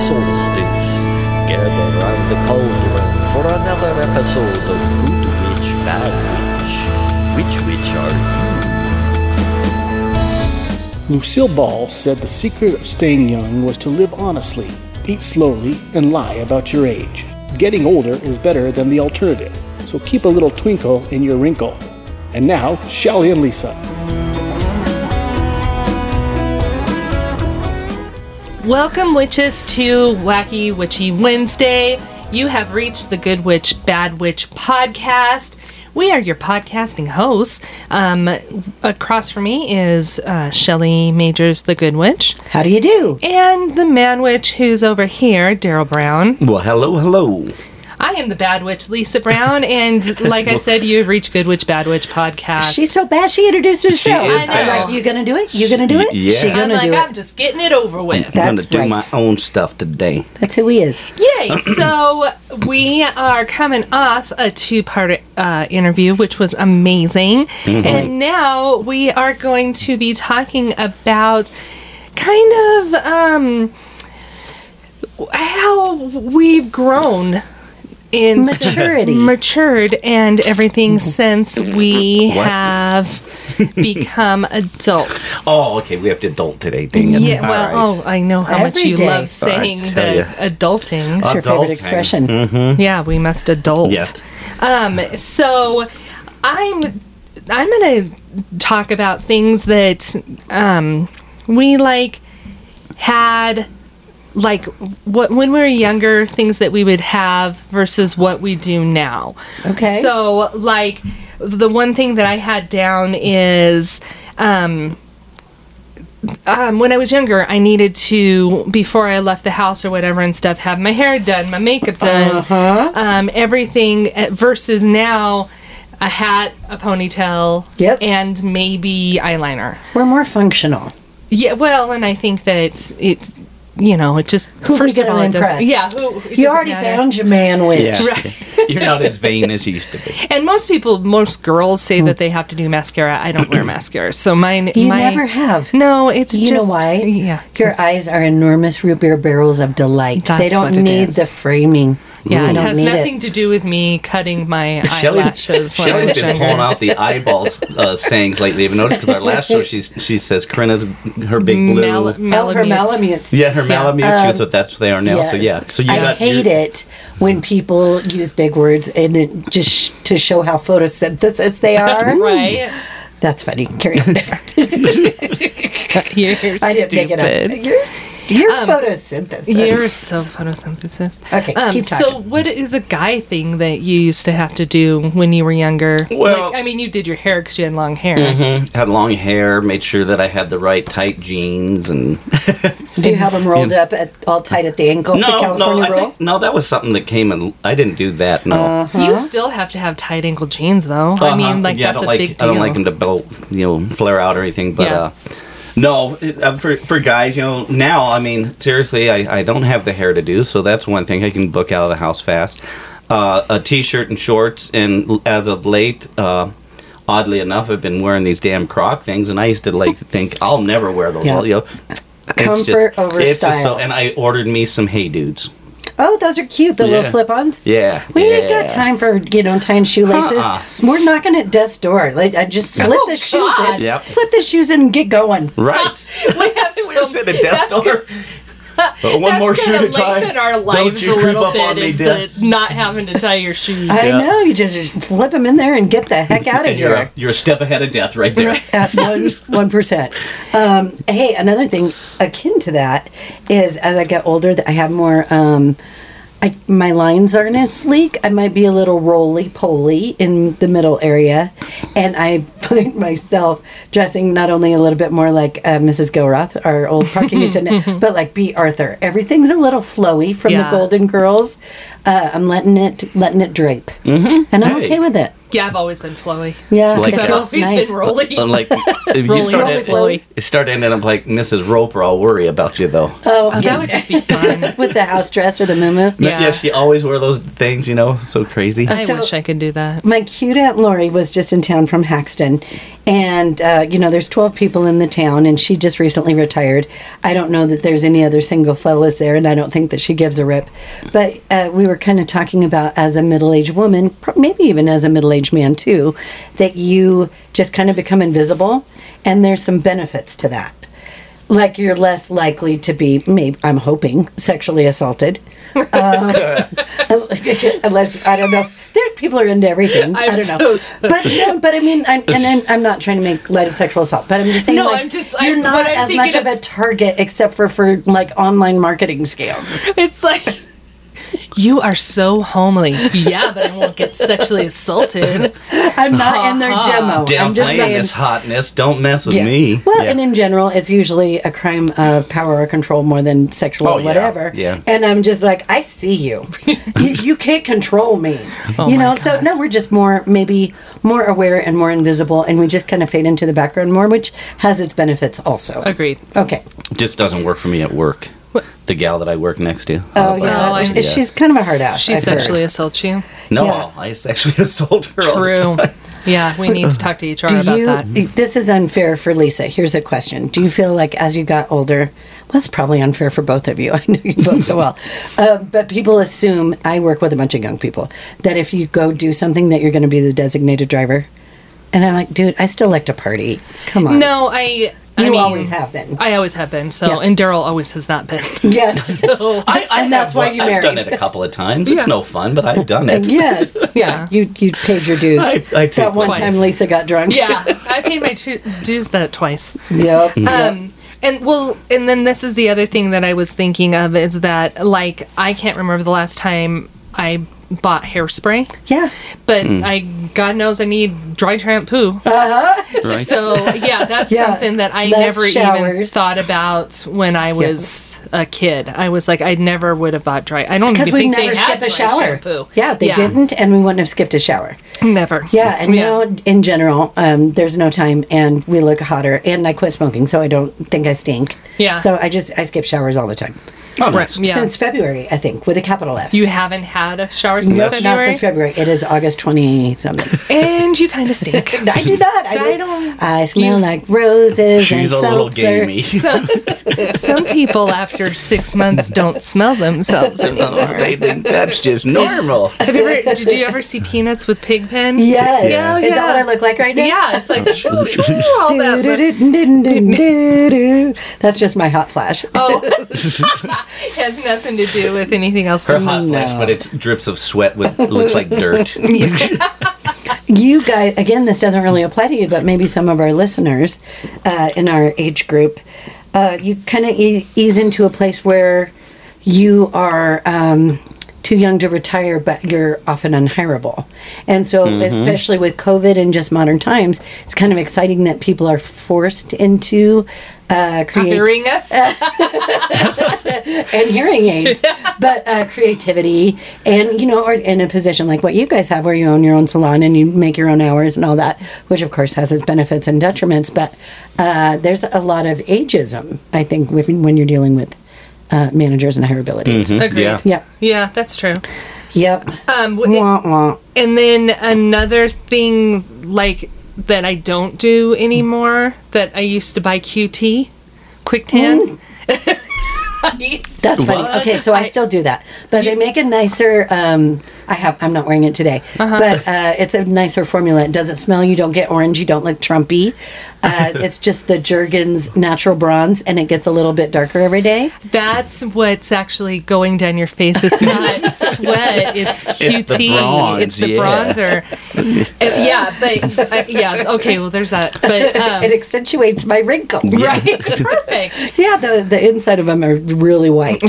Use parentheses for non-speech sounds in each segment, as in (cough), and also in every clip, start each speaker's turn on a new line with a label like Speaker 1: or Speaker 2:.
Speaker 1: solstice. Gather round the cauldron for another episode of Good Witch, Bad Witch. Which witch are you?
Speaker 2: Lucille Ball said the secret of staying young was to live honestly, eat slowly, and lie about your age. Getting older is better than the alternative, so keep a little twinkle in your wrinkle. And now, Shelly and Lisa.
Speaker 3: Welcome, witches, to Wacky Witchy Wednesday. You have reached the Good Witch, Bad Witch podcast. We are your podcasting hosts. Um, across from me is uh, Shelly Majors, the Good Witch,
Speaker 4: How do you do?
Speaker 3: and the Man Witch, who's over here, Daryl Brown.
Speaker 5: Well, hello, hello.
Speaker 3: I am the Bad Witch, Lisa Brown, and like I said, you have reached Good Witch, Bad Witch podcast.
Speaker 4: She's so bad she introduced herself.
Speaker 5: is
Speaker 4: I'm
Speaker 3: bad.
Speaker 4: like, you gonna do it? You gonna do it?
Speaker 5: Y- yeah.
Speaker 4: She
Speaker 3: I'm
Speaker 4: gonna
Speaker 3: like,
Speaker 4: do
Speaker 3: I'm
Speaker 4: it.
Speaker 3: just getting it over with.
Speaker 5: I'm
Speaker 4: That's
Speaker 5: gonna do
Speaker 4: right.
Speaker 5: my own stuff today.
Speaker 4: That's who he is.
Speaker 3: Yay! so we are coming off a two-part uh, interview, which was amazing,
Speaker 5: Mm-hmm.
Speaker 3: and now we are going to be talking about kind of um, how we've grown in
Speaker 4: Maturity. Mm-hmm.
Speaker 3: matured, and everything since we
Speaker 5: What?
Speaker 3: have
Speaker 5: (laughs)
Speaker 3: become adults.
Speaker 5: Oh, okay. We have to adult today. Dang it.
Speaker 3: Yeah,
Speaker 5: All
Speaker 3: well,
Speaker 5: right.
Speaker 3: oh, I know how much
Speaker 4: Every
Speaker 3: you
Speaker 4: day.
Speaker 3: love saying
Speaker 5: I tell
Speaker 3: the
Speaker 5: ya.
Speaker 3: adulting.
Speaker 4: That's your
Speaker 5: Adulting. Mm-hmm.
Speaker 4: favorite expression.
Speaker 3: Yeah, we must adult.
Speaker 5: Yeah.
Speaker 3: Um, so I'm I'm gonna talk about things that um, we like had like what when we were younger things that we would have versus what we do now.
Speaker 4: Okay.
Speaker 3: So like the one thing that I had down is um um, when I was younger, I needed to before I left the house or whatever and stuff, have my hair done, my makeup done,
Speaker 4: Uh-huh.
Speaker 3: um, everything. uh, Versus now, a hat, a ponytail,
Speaker 4: Yep.
Speaker 3: and maybe eyeliner.
Speaker 4: We're more functional.
Speaker 3: Yeah, well, and I think that it's you know it just
Speaker 4: Who are we
Speaker 3: first of
Speaker 4: gonna
Speaker 3: all it doesn't.
Speaker 4: impress?
Speaker 3: Yeah, who, it
Speaker 4: You
Speaker 3: doesn't
Speaker 4: already
Speaker 3: matter.
Speaker 4: found your man witch.
Speaker 5: Yeah.
Speaker 3: Right.
Speaker 5: You're not as vain as you used
Speaker 3: (laughs)
Speaker 5: to be.
Speaker 3: And most people, most girls say that they have to do mascara. I don't wear mascara, so mine.
Speaker 4: You
Speaker 3: my,
Speaker 4: never have.
Speaker 3: No, it's
Speaker 4: You
Speaker 3: just,
Speaker 4: know why?
Speaker 3: Yeah,
Speaker 4: Your eyes are enormous root beer barrels of delight. they
Speaker 3: That's what it
Speaker 4: don't need
Speaker 3: is.
Speaker 4: the framing.
Speaker 3: Yeah,
Speaker 4: I
Speaker 3: it
Speaker 4: don't
Speaker 3: has
Speaker 4: need
Speaker 3: nothing
Speaker 4: it.
Speaker 3: to do with me cutting my eyelashes.
Speaker 5: (laughs) Shelly's,
Speaker 3: when I was
Speaker 5: Shelly's been
Speaker 3: younger.
Speaker 5: pulling out the eyeball uh, sayings lately. Have you noticed? Because our last show, she's, she says Corinna's her big blue.
Speaker 3: Mal-
Speaker 4: Mel- Oh, her
Speaker 3: Malamutes.
Speaker 4: malamutes.
Speaker 5: yeah, her malamute. she
Speaker 3: Um,
Speaker 5: goes, but that's what they are now. So yeah.
Speaker 4: Yes.
Speaker 5: So you
Speaker 4: I
Speaker 5: got
Speaker 4: hate it when people use big words and it just sh- to show how photosynthesis
Speaker 3: (laughs)
Speaker 4: they are.
Speaker 3: Right.
Speaker 4: That's funny. Carry on.
Speaker 3: (laughs) You're
Speaker 4: Hmm. I didn't make it up. You're, st- you're
Speaker 5: Um,
Speaker 4: photosynthesis.
Speaker 3: You're so photosynthesis.
Speaker 4: Okay,
Speaker 3: Um,
Speaker 4: keep
Speaker 3: so,
Speaker 4: talking.
Speaker 3: what is a guy thing that you used to have to do when you were younger?
Speaker 5: Well- Mm-hmm.
Speaker 3: like, I mean, you did your hair because you had long hair.
Speaker 5: had long hair. Made sure that I had the right tight
Speaker 4: (laughs)
Speaker 5: jeans and
Speaker 4: Do you have them rolled up at, all tight at the ankle? the
Speaker 5: no, no,
Speaker 4: California
Speaker 5: I
Speaker 4: roll?
Speaker 5: think, no. That was something that came and I didn't do that. No.
Speaker 4: Uh-huh.
Speaker 3: You still have to have tight ankle jeans, though. I
Speaker 5: Uh-huh.
Speaker 3: mean, like
Speaker 5: Yeah, I
Speaker 3: that's
Speaker 5: don't
Speaker 3: a
Speaker 5: like,
Speaker 3: big deal.
Speaker 5: I don't like them to belt, you know, flare out or anything. But
Speaker 3: Yeah.
Speaker 5: uh, no, it, uh, for for guys, you know, now I mean, seriously, I, I don't have the hair to do, so that's one thing I can book out of the house fast. Uh, a t-shirt and shorts, and l- as of late. Uh, Oddly enough, I've been wearing these damn Croc things, and I used to
Speaker 3: (laughs)
Speaker 5: like think I'll never wear those.
Speaker 4: Yeah.
Speaker 5: You know, it's
Speaker 4: Comfort over
Speaker 5: it's just
Speaker 4: style.
Speaker 5: so, and I ordered me some Hey Dudes.
Speaker 4: Oh, those are cute. The
Speaker 5: Yeah.
Speaker 4: little slip-ons.
Speaker 5: Yeah,
Speaker 4: We ain't
Speaker 5: yeah.
Speaker 4: got time for you know tying shoelaces.
Speaker 5: Uh-uh.
Speaker 4: We're knocking at death's door. Like I just slip
Speaker 3: Oh,
Speaker 4: the shoes
Speaker 3: God.
Speaker 4: in.
Speaker 5: Yep.
Speaker 4: Slip the shoes in and get going.
Speaker 5: Right.
Speaker 3: we have so,
Speaker 5: we were sitting at death
Speaker 3: that's
Speaker 5: door. But
Speaker 3: That's gonna lengthen our lives a little bit is
Speaker 5: Dad.
Speaker 3: the not having to tie your shoes.
Speaker 4: (laughs) I
Speaker 5: Yeah.
Speaker 4: know. You just flip them in there and get the
Speaker 5: (laughs)
Speaker 4: heck out of
Speaker 5: And you're
Speaker 4: here.
Speaker 5: a, you're a step ahead of death right there.
Speaker 4: at one one percent. Um, hey, another thing akin to that is as I get older, that I have more. Um, I, my lines aren't as sleek. I might be a little roly poly in the middle area, and I (laughs) find myself dressing not only a little bit more like uh, Mrs. Gilroth, our old parking attendant, but like B. Arthur. Everything's a little flowy from
Speaker 3: Yeah.
Speaker 4: the Golden Girls. Uh, I'm letting it letting it drape, mm-hmm. and I'm
Speaker 5: Hey.
Speaker 4: okay with it.
Speaker 3: yeah, I've always been flowy.
Speaker 4: Yeah,
Speaker 5: Like
Speaker 4: it
Speaker 3: So I've
Speaker 5: that.
Speaker 4: feels
Speaker 3: always
Speaker 4: nice.
Speaker 3: been rolly.
Speaker 5: I'm
Speaker 4: (laughs)
Speaker 5: uh, like, if you
Speaker 3: Rolly,
Speaker 5: start,
Speaker 3: rolly,
Speaker 5: end-
Speaker 3: flowy.
Speaker 5: you start ending up like Mrs. Roper, I'll worry about you though.
Speaker 4: Uh,
Speaker 3: Oh, that would just be fun.
Speaker 4: (laughs) with the house dress or the moo
Speaker 3: Yeah.
Speaker 5: (laughs) yeah. she always wore those things, you know, so crazy.
Speaker 3: I
Speaker 4: So-
Speaker 3: wish I could do that.
Speaker 4: My cute aunt Lori was just in town from Haxton, And, uh, you know, there's 12 people in the town, and she just recently retired. I don't know that there's any other single fellas there, and I don't think that she gives a rip. But uh, we were kind of talking about as a middle aged woman, pro- maybe even as a middle aged man too, that you just kind of become invisible, and there's some benefits to that like you're less likely to be maybe i'm hoping sexually assaulted um, (laughs) unless i don't know there's people are into everything i
Speaker 3: I'm
Speaker 4: don't know
Speaker 3: so sorry.
Speaker 4: but no, but i mean i'm and I'm, I'm not trying to make light of sexual assault but i'm just saying
Speaker 3: No,
Speaker 4: like,
Speaker 3: I'm just-
Speaker 4: you're
Speaker 3: I'm-
Speaker 4: not
Speaker 3: what I'm
Speaker 4: as
Speaker 3: thinking
Speaker 4: much of
Speaker 3: is-
Speaker 4: a target except for for like online marketing scams
Speaker 3: It's like you are so homely. Yeah, but I won't get sexually assaulted.
Speaker 4: i'm
Speaker 3: (laughs)
Speaker 4: not in their demo i'm just
Speaker 5: Downplaying
Speaker 4: saying
Speaker 5: this hotness. Don't mess with
Speaker 4: Yeah.
Speaker 5: me.
Speaker 4: Well,
Speaker 5: Yeah.
Speaker 4: and in general, it's usually a crime of power or control more than sexual
Speaker 5: Oh,
Speaker 4: or
Speaker 5: yeah.
Speaker 4: whatever.
Speaker 5: Yeah.
Speaker 4: And I'm just like, I see you. (laughs) you, you can't control
Speaker 5: (laughs)
Speaker 4: me.
Speaker 5: Oh
Speaker 4: you know, so no, we're just more, maybe more aware and more invisible, and we just kind of fade into the background more, which has its benefits also.
Speaker 3: Agreed.
Speaker 4: Okay.
Speaker 5: just doesn't work for me at work. The gal that I work next to. Uh,
Speaker 4: Oh, yeah.
Speaker 3: I
Speaker 4: She- She's kind of a hard ass.
Speaker 3: She
Speaker 4: I've heard.
Speaker 3: sexually assaults you.
Speaker 5: no,
Speaker 4: yeah.
Speaker 5: I sexually (laughs) assault her. all the
Speaker 3: True. Yeah, we need to talk to HR
Speaker 4: Do
Speaker 3: about
Speaker 4: you,
Speaker 3: that.
Speaker 4: This is unfair for Lisa. Here's a question. Do you feel like as you got older, well, it's probably unfair for both of you. (laughs) I know you both
Speaker 3: (laughs)
Speaker 4: so well. Uh, but people assume, I work with a bunch of young people, that if you go do something, that you're going to be the designated driver. And I'm like, dude, I still like to party. Come on.
Speaker 3: No, I. I
Speaker 4: You
Speaker 3: mean,
Speaker 4: always have been.
Speaker 3: I always have been. So,
Speaker 4: Yeah.
Speaker 3: and Daryl always has not been.
Speaker 4: (laughs)
Speaker 3: (laughs)
Speaker 4: Yes.
Speaker 5: I, I
Speaker 4: And that's
Speaker 5: have
Speaker 4: why
Speaker 5: one-
Speaker 4: you
Speaker 5: I've done
Speaker 4: married.
Speaker 5: it a couple of times. It's no fun, but I've done
Speaker 3: (laughs)
Speaker 5: it.
Speaker 4: yes. Yeah. You you paid your dues.
Speaker 5: I- I took
Speaker 4: that one
Speaker 5: twice.
Speaker 4: time Lisa got
Speaker 3: (laughs)
Speaker 4: drunk.
Speaker 3: yeah, I paid my tu- dues that twice.
Speaker 4: Yep.
Speaker 3: Um, and well, and then this is the other thing that I was thinking of is that like I can't remember the last time I bought hairspray.
Speaker 4: yeah.
Speaker 3: but I, God knows, I need dry shampoo. Uh-huh. (laughs) So yeah, that's
Speaker 4: Yeah.
Speaker 3: something that I
Speaker 4: Less
Speaker 3: never even
Speaker 4: showers.
Speaker 3: thought about when I was a kid. I was like, I never would have bought dry. I don't even
Speaker 4: Because we
Speaker 3: think they
Speaker 4: never
Speaker 3: had
Speaker 4: skip
Speaker 3: dry
Speaker 4: a shower.
Speaker 3: shampoo.
Speaker 4: Yeah, they didn't, and we wouldn't have skipped a shower.
Speaker 3: Never.
Speaker 4: Yeah, and now in general, um, there's no time, and we look hotter. And I quit smoking, so I don't think I stink.
Speaker 3: Yeah.
Speaker 4: So I just I skip showers all the time
Speaker 5: Oh, nice.
Speaker 3: Yeah.
Speaker 4: since February, I think, with a capital F.
Speaker 3: you haven't had a shower since
Speaker 4: Nope, not
Speaker 3: February,
Speaker 4: since February. It is August twenty something.
Speaker 3: and you kind of
Speaker 4: (laughs)
Speaker 3: stink.
Speaker 4: I do not.
Speaker 3: (laughs)
Speaker 4: I,
Speaker 3: I don't-
Speaker 4: I smell
Speaker 3: you s-
Speaker 4: like roses and
Speaker 5: She's a little
Speaker 4: seltzer. (laughs)
Speaker 5: gamey.
Speaker 3: Some, some people after six months don't smell themselves
Speaker 5: (laughs)
Speaker 3: anymore.
Speaker 5: they think that's just
Speaker 4: (laughs)
Speaker 5: normal.
Speaker 3: Have you ever, did you ever see peanuts with pig pen?
Speaker 4: Yes.
Speaker 3: Yeah,
Speaker 4: is
Speaker 3: yeah.
Speaker 4: that what I look like right now?
Speaker 3: Yeah, it's
Speaker 5: Oh,
Speaker 3: like shoo, shoo, all that. but-
Speaker 4: Do-do-do-do-do-do-do. That's just my hot flash.
Speaker 3: Oh, has nothing to do with anything else.
Speaker 5: Her hot flash, but it's drips of sweat with looks like
Speaker 4: (laughs)
Speaker 5: dirt.
Speaker 4: you guys again this doesn't really apply to you but maybe some of our listeners uh, in our age group uh, you kind of e- ease into a place where you are um, too young to retire but you're often unhirable and so especially with covid and just modern times it's kind of exciting that people are forced into uh, creating
Speaker 3: Hearing us,
Speaker 4: and hearing
Speaker 3: (laughs)
Speaker 4: aids, but uh, creativity and you know, or in a position like what you guys have, where you own your own salon and you make your own hours and all that, which of course has its benefits and detriments. But uh, there's a lot of ageism, I think, with, when you're dealing with uh, managers and hireability.
Speaker 3: agreed.
Speaker 5: Yeah.
Speaker 4: Yep,
Speaker 3: Yeah, that's true.
Speaker 4: yep.
Speaker 3: Um, w-
Speaker 4: Wah, wah.
Speaker 3: and then another thing like that I don't do anymore that I used to buy QT, Quick Tan. (laughs) I used to-
Speaker 4: That's funny. Okay, so I, still do that, but they make a nicer. Um, I have. I'm not wearing it today,
Speaker 3: Uh-huh.
Speaker 4: but uh, it's a nicer formula. It doesn't smell. You don't get orange. You don't look
Speaker 3: (laughs)
Speaker 4: Trumpy. Uh, it's just the Jergens Natural Bronze, and it gets a little bit darker every day.
Speaker 3: That's what's actually going down your face. It's not sweat. It's QT. It's the,
Speaker 5: bronze, yeah.
Speaker 3: bronzer. Uh, yeah, but uh, yes. Okay. Well, there's that. But (laughs) um,
Speaker 4: It accentuates my wrinkles. Yeah,
Speaker 3: right, perfect.
Speaker 4: the the inside of them are really white.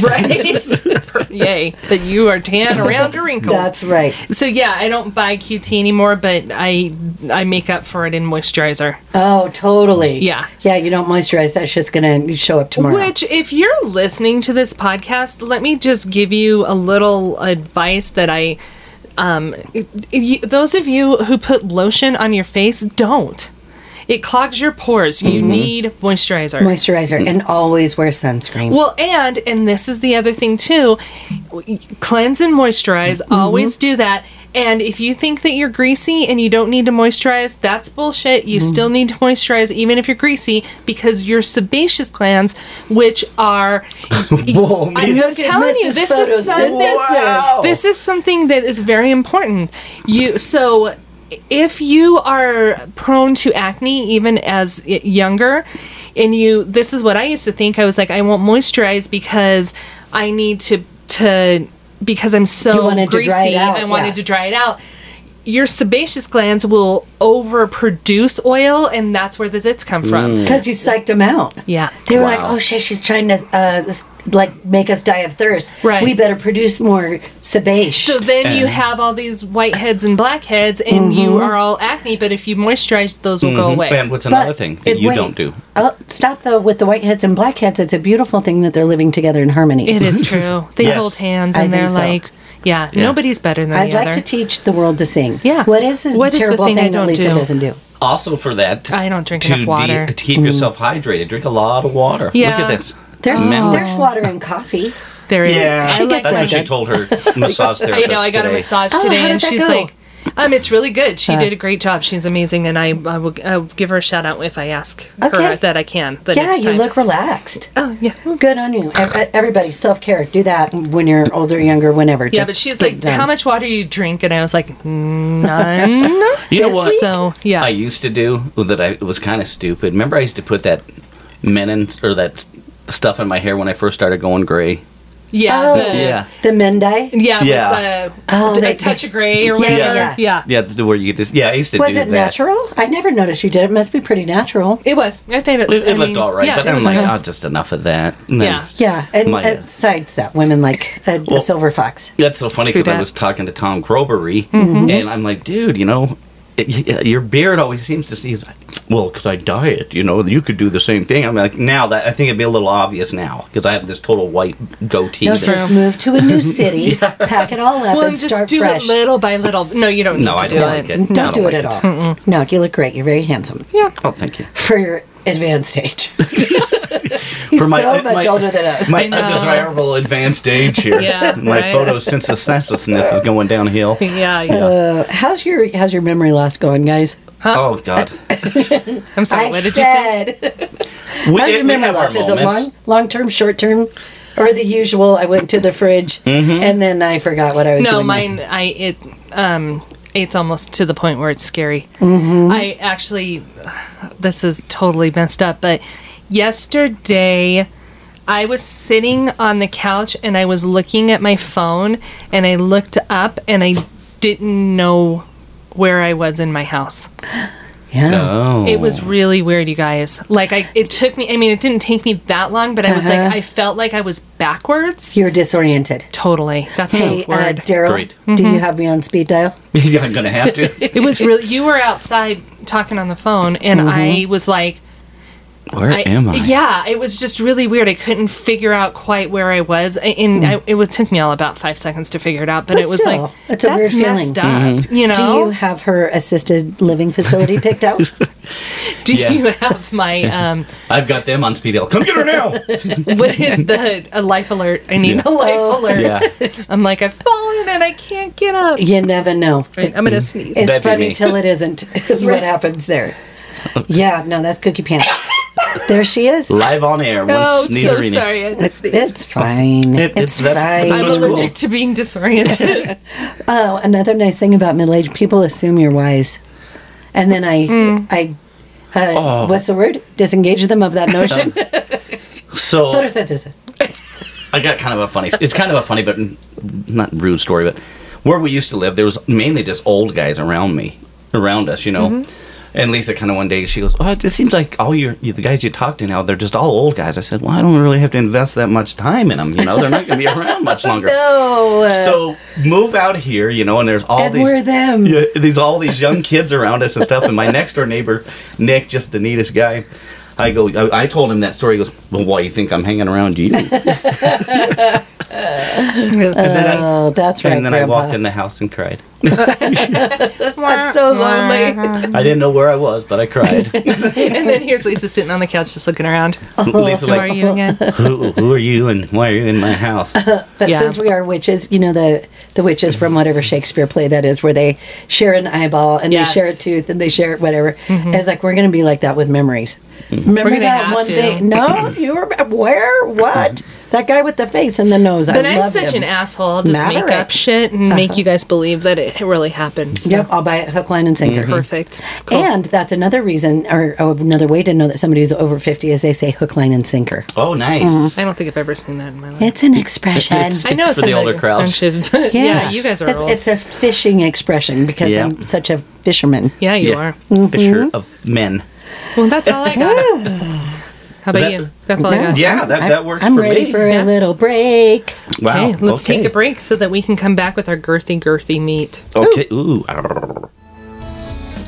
Speaker 3: Right. Yay. But you are tan around your wrinkles.
Speaker 4: That's right.
Speaker 3: so yeah, I don't buy QT anymore, but I I make up for it in moisturizer.
Speaker 4: Oh, totally.
Speaker 3: Yeah.
Speaker 4: Yeah. You don't moisturize. That shit's gonna show up tomorrow.
Speaker 3: Which, if you're listening to this podcast, let me just give you a little advice that I, um, it- it- you- those of you who put lotion on your face, don't. It clogs your pores. You need moisturizer.
Speaker 4: moisturizer and always wear sunscreen.
Speaker 3: Well, and and this is the other thing too. Cleanse and moisturize. Always do that. And if you think that you're greasy and you don't need to moisturize, that's bullshit. You still need to moisturize even if you're greasy because your sebaceous glands, which are,
Speaker 5: Whoa,
Speaker 3: I'm
Speaker 5: man.
Speaker 3: telling you, this is something.
Speaker 5: Wow.
Speaker 3: This is something that is very important. You so if you are prone to acne even as y- younger and you this is what I used to think I was like I won't moisturize because I need to to because I'm
Speaker 4: You
Speaker 3: so
Speaker 4: wanted to
Speaker 3: greasy
Speaker 4: dry it out,
Speaker 3: I wanted
Speaker 4: yeah.
Speaker 3: to dry it out. Your sebaceous glands will overproduce oil and that's where the zits come from.
Speaker 4: Because you psyched them out.
Speaker 3: Yeah.
Speaker 4: They were like,
Speaker 1: Wow.
Speaker 4: oh shit, she's trying to uh, s- like make us die of thirst.
Speaker 3: Right.
Speaker 4: We better produce more sebace.
Speaker 3: So then you have all these whiteheads and blackheads, and you
Speaker 4: Mm-hmm.
Speaker 3: are all acne. But if you moisturize, those will go away.
Speaker 5: And what's
Speaker 4: But
Speaker 5: another thing that
Speaker 4: it-
Speaker 5: you
Speaker 4: wait.
Speaker 5: don't do?
Speaker 4: Oh, stop though with the whiteheads and blackheads. It's a beautiful thing that they're living together in harmony.
Speaker 3: It
Speaker 4: (laughs)
Speaker 3: is true. They
Speaker 5: Yes.
Speaker 3: hold hands,
Speaker 4: I
Speaker 3: and
Speaker 4: think
Speaker 3: they're
Speaker 4: so.
Speaker 3: like, yeah, nobody's better than
Speaker 4: I'd
Speaker 3: the
Speaker 4: like
Speaker 3: other.
Speaker 4: to teach the world to sing.
Speaker 3: Yeah.
Speaker 4: What is the
Speaker 3: What is the
Speaker 4: terrible
Speaker 3: thing I
Speaker 4: thing, that
Speaker 3: don't
Speaker 4: Lisa
Speaker 3: do?
Speaker 4: doesn't do?
Speaker 5: Also, for that,
Speaker 3: I don't drink
Speaker 5: to
Speaker 3: enough water.
Speaker 5: to keep yourself hydrated, drink a lot of water. Look
Speaker 3: Yeah.
Speaker 5: at this.
Speaker 4: There's
Speaker 5: Men-
Speaker 4: there's water in coffee.
Speaker 3: there is.
Speaker 5: Yeah,
Speaker 3: I like
Speaker 5: that's
Speaker 3: that.
Speaker 5: what she told
Speaker 3: (laughs)
Speaker 5: her massage
Speaker 3: I
Speaker 5: therapist.
Speaker 3: know. I got a
Speaker 5: today.
Speaker 3: massage
Speaker 4: Oh,
Speaker 3: today,
Speaker 4: how did
Speaker 3: and
Speaker 4: that
Speaker 3: she's
Speaker 4: go? Uh.
Speaker 3: like, um, it's really good. She did a great job. She's amazing, and I, I will I'll give her a shout out if I ask
Speaker 4: Okay.
Speaker 3: her that I can the
Speaker 4: yeah,
Speaker 3: next
Speaker 4: you
Speaker 3: time.
Speaker 4: look relaxed.
Speaker 3: oh yeah.
Speaker 4: Good on you. Ev- e, Everybody, self care. Do that when you're older, younger, whenever.
Speaker 3: Yeah,
Speaker 4: Just
Speaker 3: but she's
Speaker 4: get it
Speaker 3: like,
Speaker 4: done.
Speaker 3: "How much water do you drink?" And I was
Speaker 4: (laughs)
Speaker 3: like, "None."
Speaker 5: You know what?
Speaker 3: So yeah,
Speaker 5: I used to do that. I was kind of stupid. Remember, I used to put that menin or that s- stuff in my hair when I first started going gray.
Speaker 3: yeah,
Speaker 4: Oh.
Speaker 3: the-
Speaker 5: Yeah.
Speaker 4: The men die.
Speaker 3: yeah, it
Speaker 5: Yeah.
Speaker 3: was the
Speaker 4: Oh,
Speaker 3: d-
Speaker 4: they-
Speaker 3: a touch of gray or
Speaker 4: Yeah, yeah,
Speaker 3: whatever.
Speaker 4: yeah.
Speaker 3: Yeah,
Speaker 5: Yeah, th- where you just yeah, I used to
Speaker 4: Was
Speaker 5: do
Speaker 4: it
Speaker 5: that.
Speaker 4: natural? I never noticed you did. It must be pretty natural.
Speaker 3: it was. I think it,
Speaker 5: It, it
Speaker 3: I
Speaker 5: looked
Speaker 3: mean,
Speaker 5: all right,
Speaker 3: yeah,
Speaker 5: but
Speaker 3: it
Speaker 5: I'm
Speaker 3: was (laughs)
Speaker 5: like,
Speaker 3: fine.
Speaker 5: oh, just enough of that. And then-
Speaker 3: yeah,
Speaker 4: Yeah, and
Speaker 5: My,
Speaker 4: uh,
Speaker 5: uh,
Speaker 4: side step women like uh, a, a
Speaker 5: Well-
Speaker 4: silver fox.
Speaker 5: That's so funny
Speaker 3: True
Speaker 5: because I
Speaker 3: that.
Speaker 5: was talking to Tom Grobery, and I'm like, dude, you know, y- y- your beard always seems to see. He's like, Well, because I diet, you know, you could do the same thing. I'm like, now that I think it'd be a little obvious now because I have this total white goatee.
Speaker 4: No,
Speaker 5: that-
Speaker 4: just move to a
Speaker 5: (laughs)
Speaker 4: new city, pack it all up,
Speaker 3: Well,
Speaker 4: and
Speaker 3: and just
Speaker 4: start
Speaker 3: do
Speaker 4: fresh.
Speaker 3: it little by little. No, you don't need
Speaker 5: no,
Speaker 3: to
Speaker 5: I
Speaker 3: do
Speaker 5: don't
Speaker 3: it.
Speaker 5: like it. I
Speaker 4: Don't do it
Speaker 5: like
Speaker 4: at all. No, you look great. You're very handsome
Speaker 3: Yeah.
Speaker 5: Oh, thank
Speaker 3: (laughs)
Speaker 5: you.
Speaker 4: for your advanced
Speaker 5: (laughs)
Speaker 4: age. He's
Speaker 5: For my- uh,
Speaker 4: so much
Speaker 5: my-
Speaker 4: older than us.
Speaker 5: My
Speaker 3: I know.
Speaker 5: undesirable advanced age here.
Speaker 3: Yeah,
Speaker 5: My
Speaker 3: right.
Speaker 5: photosynthesis is going downhill.
Speaker 3: Yeah, yeah.
Speaker 4: uh, how's your how's your memory loss going, guys?
Speaker 5: Oh God.
Speaker 3: I'm sorry.
Speaker 4: I
Speaker 3: Oh, what did
Speaker 4: said,
Speaker 5: We,
Speaker 4: how's
Speaker 5: it-
Speaker 4: your
Speaker 5: we
Speaker 4: memory
Speaker 5: have our
Speaker 4: loss? Is it
Speaker 5: moments.
Speaker 4: long long term, short term, or the usual? I went to the fridge
Speaker 5: Mm-hmm.
Speaker 4: and then I forgot what I was
Speaker 3: you say? No,
Speaker 4: doing.
Speaker 3: mine. I it um it's almost to the point where it's scary.
Speaker 4: Mm-hmm.
Speaker 3: I actually this is totally messed up, but yesterday I was sitting on the couch and I was looking at my phone and I looked up and I didn't know where I was in my house.
Speaker 4: Yeah.
Speaker 5: Oh.
Speaker 3: It was really weird, you guys. Like I, it took me. I mean, it didn't take me that long, but I was
Speaker 4: Uh-huh.
Speaker 3: like, I felt like I was backwards.
Speaker 4: You're disoriented.
Speaker 3: Totally. That's
Speaker 4: Hey,
Speaker 3: the
Speaker 4: uh,
Speaker 3: Oh, word. Mm-hmm.
Speaker 4: Daryl,
Speaker 5: Great.
Speaker 4: do you have me on speed dial?
Speaker 5: (laughs) yeah, I'm gonna have to.
Speaker 3: it
Speaker 4: (laughs)
Speaker 3: was really. You were outside talking on the phone, and
Speaker 4: Mm-hmm.
Speaker 3: I was like,
Speaker 5: Where am I?
Speaker 3: Yeah, it was just really weird. I couldn't figure out quite where I was, I- and I, it was took me all about five seconds to figure it out. But,
Speaker 4: Hmm. But
Speaker 3: it was
Speaker 4: still,
Speaker 3: like
Speaker 4: it's a
Speaker 3: that's
Speaker 4: weird
Speaker 3: messed
Speaker 4: feeling.
Speaker 3: up. You know?
Speaker 4: Do you have her assisted living facility picked
Speaker 3: (laughs)
Speaker 4: out?
Speaker 3: Do
Speaker 5: Yeah.
Speaker 3: you (laughs) have my um?
Speaker 5: I've got them on speed dial. Come get her
Speaker 3: (laughs)
Speaker 5: now. (laughs)
Speaker 3: What is the a life alert? I need a life
Speaker 4: Oh.
Speaker 3: alert. (laughs) I'm like I've fallen and I can't get up.
Speaker 4: you never know.
Speaker 3: Right, I'm gonna
Speaker 5: Mm.
Speaker 3: sneeze.
Speaker 4: It's
Speaker 5: That'd be
Speaker 4: funny
Speaker 5: me.
Speaker 4: till it isn't, (laughs) is what happens
Speaker 5: (laughs)
Speaker 4: there. Yeah, no, that's Cookie Pants. there she is.
Speaker 5: Live on air. One
Speaker 3: oh, so
Speaker 5: sneezerina.
Speaker 3: sorry. I
Speaker 4: It's,
Speaker 3: just sneezed.
Speaker 4: it's fine.
Speaker 5: It-
Speaker 4: it's
Speaker 5: it's- that's-
Speaker 4: fine.
Speaker 3: I'm
Speaker 5: was
Speaker 3: allergic
Speaker 5: cool.
Speaker 3: to being
Speaker 4: (laughs)
Speaker 3: disoriented. (laughs)
Speaker 4: Oh, another nice thing about middle age people assume you're wise, and then I,
Speaker 3: Mm.
Speaker 4: I, uh,
Speaker 5: Oh.
Speaker 4: what's the word? Disengage them
Speaker 5: (laughs)
Speaker 4: of that notion.
Speaker 5: So
Speaker 4: Photosynthesis.
Speaker 5: I got kind of a funny. It's kind of a funny, but n- not rude story. But where we used to live, there was mainly just old guys around me, around us, you know.
Speaker 4: Mm-hmm.
Speaker 5: And Lisa kind of one day she goes, "Oh, it seems like all your you, the guys you talk to now, they're just all old guys." I said, "Well, I don't really have to invest that much time in them, you know. They're not going to be around much
Speaker 4: (laughs)
Speaker 5: longer."
Speaker 4: Oh, uh,
Speaker 5: So move out here, you know, and there's all
Speaker 4: and
Speaker 5: these
Speaker 4: we're them.
Speaker 5: yeah, these all these young kids around us and stuff. And my next door neighbor, Nick, just the neatest guy. I go. I, I told him that story. He goes, "Well, why you think I'm hanging around you?" Uh,
Speaker 3: That's a bit-
Speaker 4: Oh, that's right.
Speaker 5: and then
Speaker 4: Grandpa.
Speaker 5: I walked in the house and cried.
Speaker 4: I'm so lonely.
Speaker 5: (laughs) I didn't know where I was, but I cried.
Speaker 3: (laughs) and then here's Lisa sitting on the couch, just looking
Speaker 5: (laughs)
Speaker 3: around. (laughs)
Speaker 5: Lisa,
Speaker 3: Who are
Speaker 5: like,
Speaker 3: you
Speaker 4: (laughs)
Speaker 3: again?
Speaker 5: who, who are you and why are you in my house?
Speaker 4: But
Speaker 3: Yeah.
Speaker 4: since we are witches, you know the the witches from whatever Shakespeare play that is, where they share an eyeball and
Speaker 3: Yes. Mm-hmm.
Speaker 4: they share a tooth and they share whatever. And it's like we're going to be like that with memories.
Speaker 5: Mm-hmm.
Speaker 4: Remember
Speaker 3: gonna
Speaker 4: that
Speaker 3: have
Speaker 4: one
Speaker 3: to. (clears throat)
Speaker 4: thing? No, you were where? What? that guy with the face and the nose.
Speaker 3: But
Speaker 4: I
Speaker 3: I'm
Speaker 4: love
Speaker 3: such
Speaker 4: him.
Speaker 3: an asshole. I'll just make
Speaker 4: Maverick. Uh-huh.
Speaker 3: up shit and make you guys believe that it really happened. So,
Speaker 4: Yep, I'll buy it hook, line, and sinker.
Speaker 5: Mm-hmm.
Speaker 3: Perfect.
Speaker 4: And that's another reason, or, or another way to know that somebody who's over fifty is they say hook, line, and sinker.
Speaker 5: (laughs) Oh, nice.
Speaker 3: I don't think I've ever seen that in my life.
Speaker 4: It's an expression.
Speaker 5: It's-
Speaker 3: I know it's
Speaker 5: for the
Speaker 3: an
Speaker 5: older crowds.
Speaker 3: expensive- (laughs) but yeah. you guys are
Speaker 4: it's,
Speaker 3: old.
Speaker 4: It's a fishing expression because
Speaker 5: Yeah.
Speaker 4: I'm such a fisherman.
Speaker 3: yeah, you
Speaker 5: Yeah.
Speaker 3: are. Mm-hmm.
Speaker 5: Fisher of men.
Speaker 3: Well, that's all I (laughs) got. How about
Speaker 5: that-
Speaker 3: you? That's all I got.
Speaker 5: Oh, Yeah, that, that works
Speaker 4: I'm
Speaker 5: for
Speaker 4: ready
Speaker 5: me.
Speaker 4: for
Speaker 3: Yeah.
Speaker 4: a little break.
Speaker 5: wow.
Speaker 3: Okay, let's
Speaker 5: okay.
Speaker 3: take a break so that we can come back with our girthy, girthy meat.
Speaker 5: Okay. Ooh. Arr.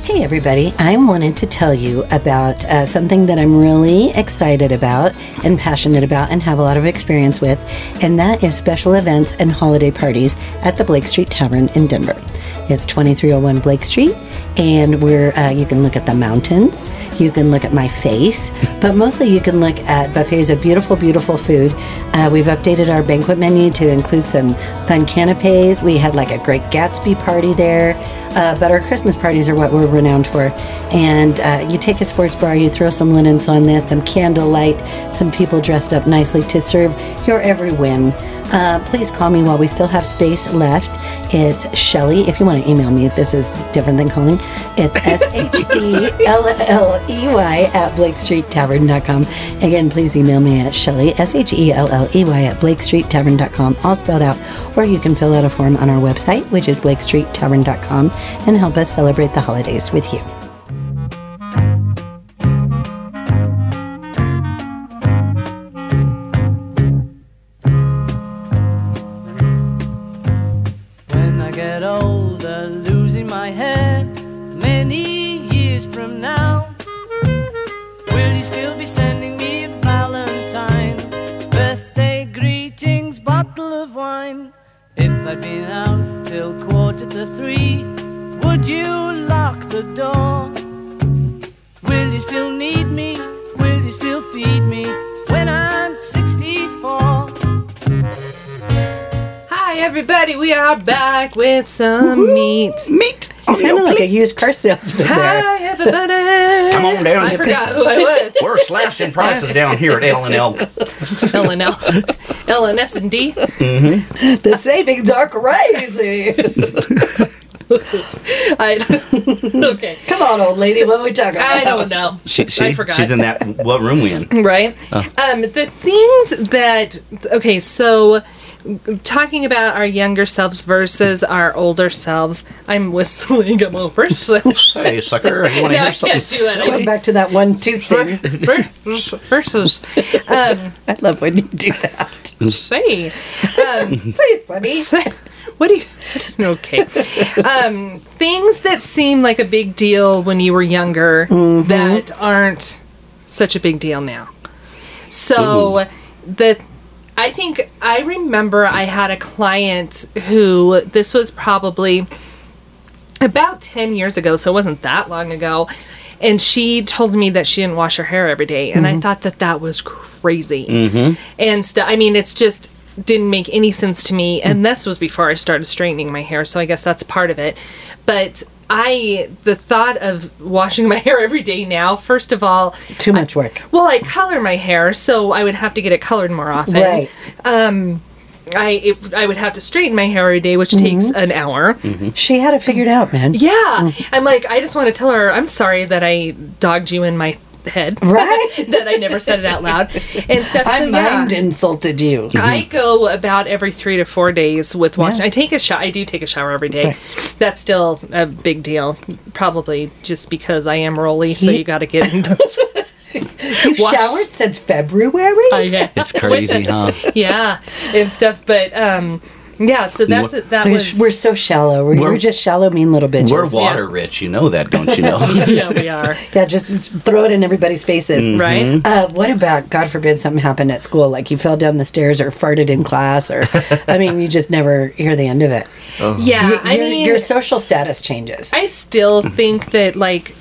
Speaker 4: Hey, everybody. I wanted to tell you about uh, something that I'm really excited about and passionate about and have a lot of experience with, and that is special events and holiday parties at the Blake Street Tavern in Denver. It's 2301 Blake Street, and we're, uh, you can look at the mountains, you can look at my face, but mostly you can look at buffets of beautiful, beautiful food. Uh, we've updated our banquet menu to include some fun canapes. We had like a great Gatsby party there uh, but our Christmas parties are what we're renowned for. And uh, you take a sports bar, you throw some linens on this, some candlelight, some people dressed up nicely to serve your every whim. Uh, please call me while we still have space left. It's Shelly. If you want to email me, this is different than calling. (laughs) It's S H E L L E Y at blakestreettavern.com. Again, please email me at Shelly, S H E L L E Y at blakestreettavern.com, all spelled out. Or you can fill out a form on our website, which is blakestreettavern.com, and help us celebrate the holidays with you.
Speaker 6: When I get older, losing my head, many years from now, will you still be sending me a Valentine? Birthday greetings, bottle of wine. If I'd been out till quarter to three, would you lock the door? Will you still need me? Will you still feed me when I'm 64?
Speaker 3: Hi, everybody. We are back with some meat.
Speaker 5: Meat.
Speaker 4: You sounded like a used car salesman there.
Speaker 3: Hi, everybody. (laughs)
Speaker 5: Come on down.
Speaker 3: I
Speaker 5: Get the-
Speaker 3: forgot who I (laughs) was.
Speaker 5: We're slashing prices down here at L and L.
Speaker 3: L and (laughs) L, L and S and D. (laughs)
Speaker 4: The savings are crazy.
Speaker 3: I (laughs) okay.
Speaker 4: Come on, old lady, what are we talking about?
Speaker 3: I don't know.
Speaker 5: She, she,
Speaker 3: I forgot.
Speaker 5: She's in that. What room we in?
Speaker 3: right? Um, the things that okay, so talking about our younger selves versus our older selves, I'm whistling. I'm over. (laughs)
Speaker 5: Say, sucker. You want to
Speaker 3: No, I
Speaker 5: hear something?
Speaker 3: can't do that. I
Speaker 5: silly?
Speaker 4: Go back to that one tooth thing.
Speaker 3: Versus, versus, um,
Speaker 4: (laughs) I love when you do that.
Speaker 3: say, Um,
Speaker 4: Please, buddy.
Speaker 3: say- what do you? (laughs) Okay, um, things that seem like a big deal when you were younger
Speaker 4: Mm-hmm.
Speaker 3: that aren't such a big deal now. So the I think I remember I had a client who this was probably about 10 years ago, so it wasn't that long ago. And she told me that she didn't wash her hair every day. And
Speaker 4: Mm-hmm.
Speaker 3: I thought that that was crazy. And st- I mean, it's just didn't make any sense to me.
Speaker 4: Mm.
Speaker 3: And this was before I started straightening my hair. So I guess that's part of it. But I, the thought of washing (laughs) my hair every day now, first of all,
Speaker 4: Too much work.
Speaker 3: well, I color my hair, so I would have to get it colored more often. Um,
Speaker 4: Right.
Speaker 3: I it, I would have to straighten my hair every day, which takes
Speaker 4: Mm-hmm.
Speaker 3: an hour.
Speaker 4: She had it figured out, man.
Speaker 3: Yeah, I'm like, I just want to tell her, I'm sorry that I dogged you in my head,
Speaker 4: (laughs) Right?
Speaker 3: that I never said it out loud and stuff. So,
Speaker 4: I
Speaker 3: yeah.
Speaker 4: mind insulted you.
Speaker 3: I go about every three to four days with washing. I take a shower. I do take a shower every day. That's still a big deal, probably just because I am roly. So you got to get.
Speaker 4: (laughs)
Speaker 3: (laughs)
Speaker 4: You've
Speaker 3: Wash-
Speaker 4: showered since February?
Speaker 3: I-
Speaker 5: It's crazy, huh?
Speaker 3: yeah and stuff but um Yeah, so that's it. That
Speaker 4: We're-
Speaker 3: was
Speaker 4: we're so shallow. We're,
Speaker 5: We're-
Speaker 4: we're just shallow, mean little bitches.
Speaker 5: We're water rich, you know that, don't you know? (laughs)
Speaker 3: yeah, we are
Speaker 4: yeah, just throw it in everybody's faces.
Speaker 3: right.
Speaker 4: Uh, what about, God forbid, something happened at school, like you fell down the stairs or farted in class, or I mean, you just never hear the end of it. Uh,
Speaker 3: Yeah, I
Speaker 4: your,
Speaker 3: mean,
Speaker 4: your social status changes.
Speaker 3: I still think that like.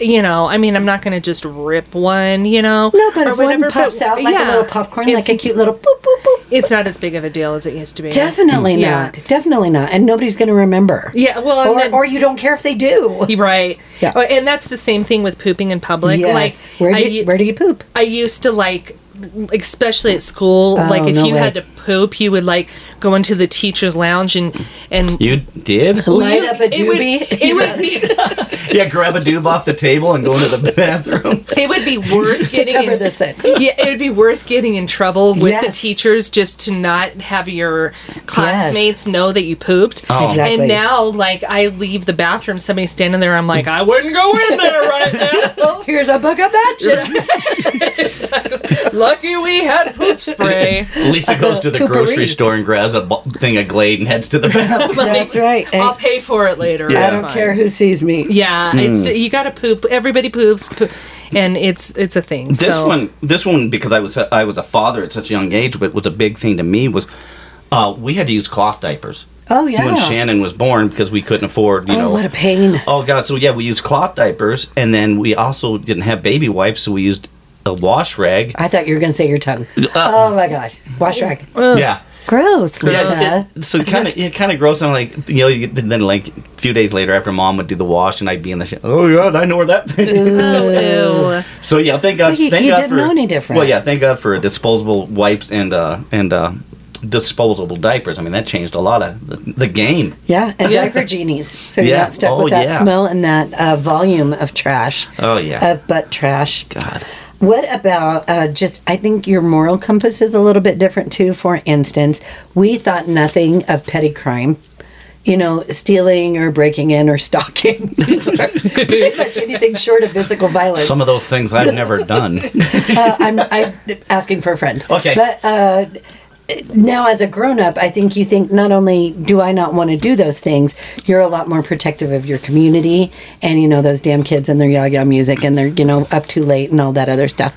Speaker 3: You know, I mean, I'm not going to just rip one, you know.
Speaker 4: no, but
Speaker 3: or
Speaker 4: if
Speaker 3: whatever,
Speaker 4: one pops
Speaker 3: but-
Speaker 4: out like
Speaker 3: yeah,
Speaker 4: a little popcorn,
Speaker 3: it's,
Speaker 4: like a cute little boop boop boop,
Speaker 3: it's not as big of a deal as it used to be.
Speaker 4: definitely
Speaker 3: Yeah.
Speaker 4: not, definitely not, and nobody's going to remember.
Speaker 3: Yeah, well, and
Speaker 4: or,
Speaker 3: then-
Speaker 4: or you don't care if they do.
Speaker 3: You're Right.
Speaker 4: Yeah.
Speaker 3: Oh, and that's the same thing with pooping in public.
Speaker 4: yes.
Speaker 3: Like,
Speaker 4: where
Speaker 3: I,
Speaker 4: do you,
Speaker 3: u-
Speaker 4: where do you poop?
Speaker 3: I used to like, like, especially at school,
Speaker 4: Oh,
Speaker 3: like if
Speaker 4: no
Speaker 3: you
Speaker 4: way.
Speaker 3: had to poop, you would like go into the teacher's lounge and and
Speaker 5: you did?
Speaker 4: Light up a
Speaker 3: It would,
Speaker 4: doobie. (laughs)
Speaker 3: it would be
Speaker 5: Yeah, grab a dube off the table and go into the
Speaker 3: (laughs)
Speaker 5: bathroom.
Speaker 3: it would be worth
Speaker 4: (laughs) to
Speaker 3: getting
Speaker 4: cover
Speaker 3: in,
Speaker 4: this in.
Speaker 3: yeah, it would be worth getting in trouble with the
Speaker 4: Yes.
Speaker 3: teachers just to not have your classmates know that you pooped.
Speaker 5: Oh.
Speaker 4: Exactly.
Speaker 3: And now, like, I leave the bathroom, somebody standing there, I'm like, I wouldn't go in there
Speaker 4: (laughs)
Speaker 3: right now.
Speaker 4: Here's a bug of (laughs) matches.
Speaker 3: Lucky we had poop spray.
Speaker 5: Lisa goes to the (laughs)
Speaker 4: Poopery.
Speaker 5: grocery store and grabs a bu- thing of Glade and heads to the bathroom.
Speaker 4: (laughs)
Speaker 3: Like,
Speaker 4: That's right.
Speaker 3: I'll
Speaker 4: I,
Speaker 3: pay for it later.
Speaker 4: I
Speaker 3: It's
Speaker 4: don't
Speaker 3: fine.
Speaker 4: care who sees me.
Speaker 3: Yeah, it's
Speaker 5: Hmm.
Speaker 3: you got to poop. Everybody poops, poop, and it's it's a thing.
Speaker 5: This
Speaker 3: so.
Speaker 5: one, this one, because I was a, I was a father at such a young age, but was a big thing to me was uh, we had to use cloth diapers
Speaker 4: Oh yeah.
Speaker 5: when Shannon was born because we couldn't afford you
Speaker 4: oh,
Speaker 5: know
Speaker 4: what a pain.
Speaker 5: Oh god, so yeah, we used cloth diapers and then we also didn't have baby wipes, so we used a wash rag.
Speaker 4: I thought you were going to say your tongue.
Speaker 5: Uh,
Speaker 4: oh my god. Wash rag.
Speaker 5: yeah.
Speaker 4: Gross,
Speaker 5: Yeah,
Speaker 4: Lisa.
Speaker 5: it- so kind of it kind of gross. I'm like, you know, you, then like a few days later, after mom would do the wash, and I'd be in the shower. Oh god, I know where that. (laughs)
Speaker 3: Oh, ew.
Speaker 5: so yeah, thank God.
Speaker 4: But you-
Speaker 5: thank
Speaker 4: you
Speaker 5: God
Speaker 4: didn't
Speaker 5: for,
Speaker 4: know any different.
Speaker 5: Well, yeah, thank God for disposable wipes and uh and uh disposable diapers. I mean, that changed a lot of the, the game.
Speaker 4: Yeah, and
Speaker 3: Yeah.
Speaker 4: diaper genies. So you're
Speaker 5: Yeah.
Speaker 4: not stuck
Speaker 5: Oh,
Speaker 4: with that
Speaker 5: yeah.
Speaker 4: smell and that uh, volume of trash.
Speaker 5: Oh yeah.
Speaker 4: Of butt trash.
Speaker 3: Uh,
Speaker 5: God.
Speaker 4: What about uh, just? I think your moral compass is a little bit different too. For instance, we thought nothing of petty crime, you know, stealing or breaking in or stalking, (laughs) pretty much anything short of physical violence.
Speaker 5: Some of those things I've
Speaker 3: (laughs)
Speaker 5: never done. (laughs)
Speaker 4: uh, I'm, I'm asking for a friend.
Speaker 5: Okay.
Speaker 4: But uh, now, as a grown up, I think you think not only do I not want to do those things, you're a lot more protective of your community and, you know, those damn kids and their yah yah music and their, you know, up too late and all that other stuff.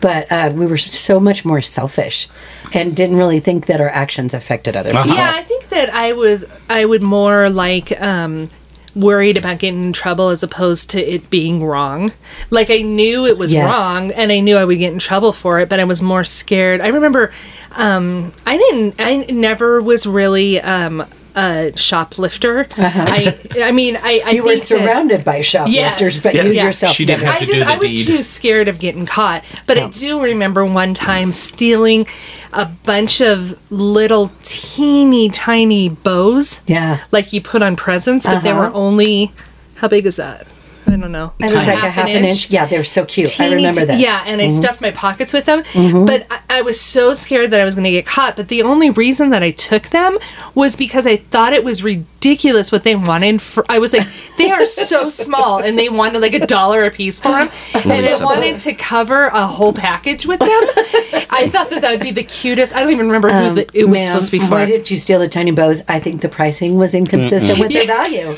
Speaker 4: But uh, we were so much more selfish and didn't really think that our actions affected other
Speaker 5: Uh-huh.
Speaker 4: people.
Speaker 3: Yeah, I think that I was I would more like um worried about getting in trouble as opposed to it being wrong. Like I knew it was
Speaker 4: Yes.
Speaker 3: wrong and I knew I would get in trouble for it, but I was more scared. I remember um I didn't I never was really um a shoplifter. I I mean I I
Speaker 4: Uh-huh. You were
Speaker 3: think that-
Speaker 4: surrounded by shoplifters, but you
Speaker 3: Yeah.
Speaker 4: yourself
Speaker 5: She didn't
Speaker 4: never-
Speaker 3: I
Speaker 5: have to do
Speaker 3: just
Speaker 5: the
Speaker 3: I was
Speaker 5: deed.
Speaker 3: too scared of getting caught. But
Speaker 4: Oh.
Speaker 3: I do remember one time stealing a bunch of little teeny tiny bows.
Speaker 4: Yeah.
Speaker 3: Like you put on presents, but they
Speaker 4: Uh-huh.
Speaker 3: were only how big is that? I don't know.
Speaker 4: It was like a half an inch. Yeah, they're so cute. I
Speaker 3: Teeny
Speaker 4: remember
Speaker 3: t-
Speaker 4: this. Mm-hmm.
Speaker 3: Yeah, and I stuffed my pockets with them. But I, I was so scared that I was going to get caught. But the only reason that I took them was because I thought it was ridiculous what they wanted. For I was like, they are
Speaker 4: (laughs)
Speaker 3: so small, and they wanted like a dollar a piece for them, and I
Speaker 5: Lisa.
Speaker 3: wanted to cover a whole package with them.
Speaker 4: (laughs)
Speaker 3: I thought that that would be the cutest. I don't even remember who the, it was
Speaker 4: Um, Ma'am,
Speaker 3: supposed to be for.
Speaker 4: Why did you steal the tiny bows? I think the pricing was inconsistent with
Speaker 3: (laughs)
Speaker 4: the value.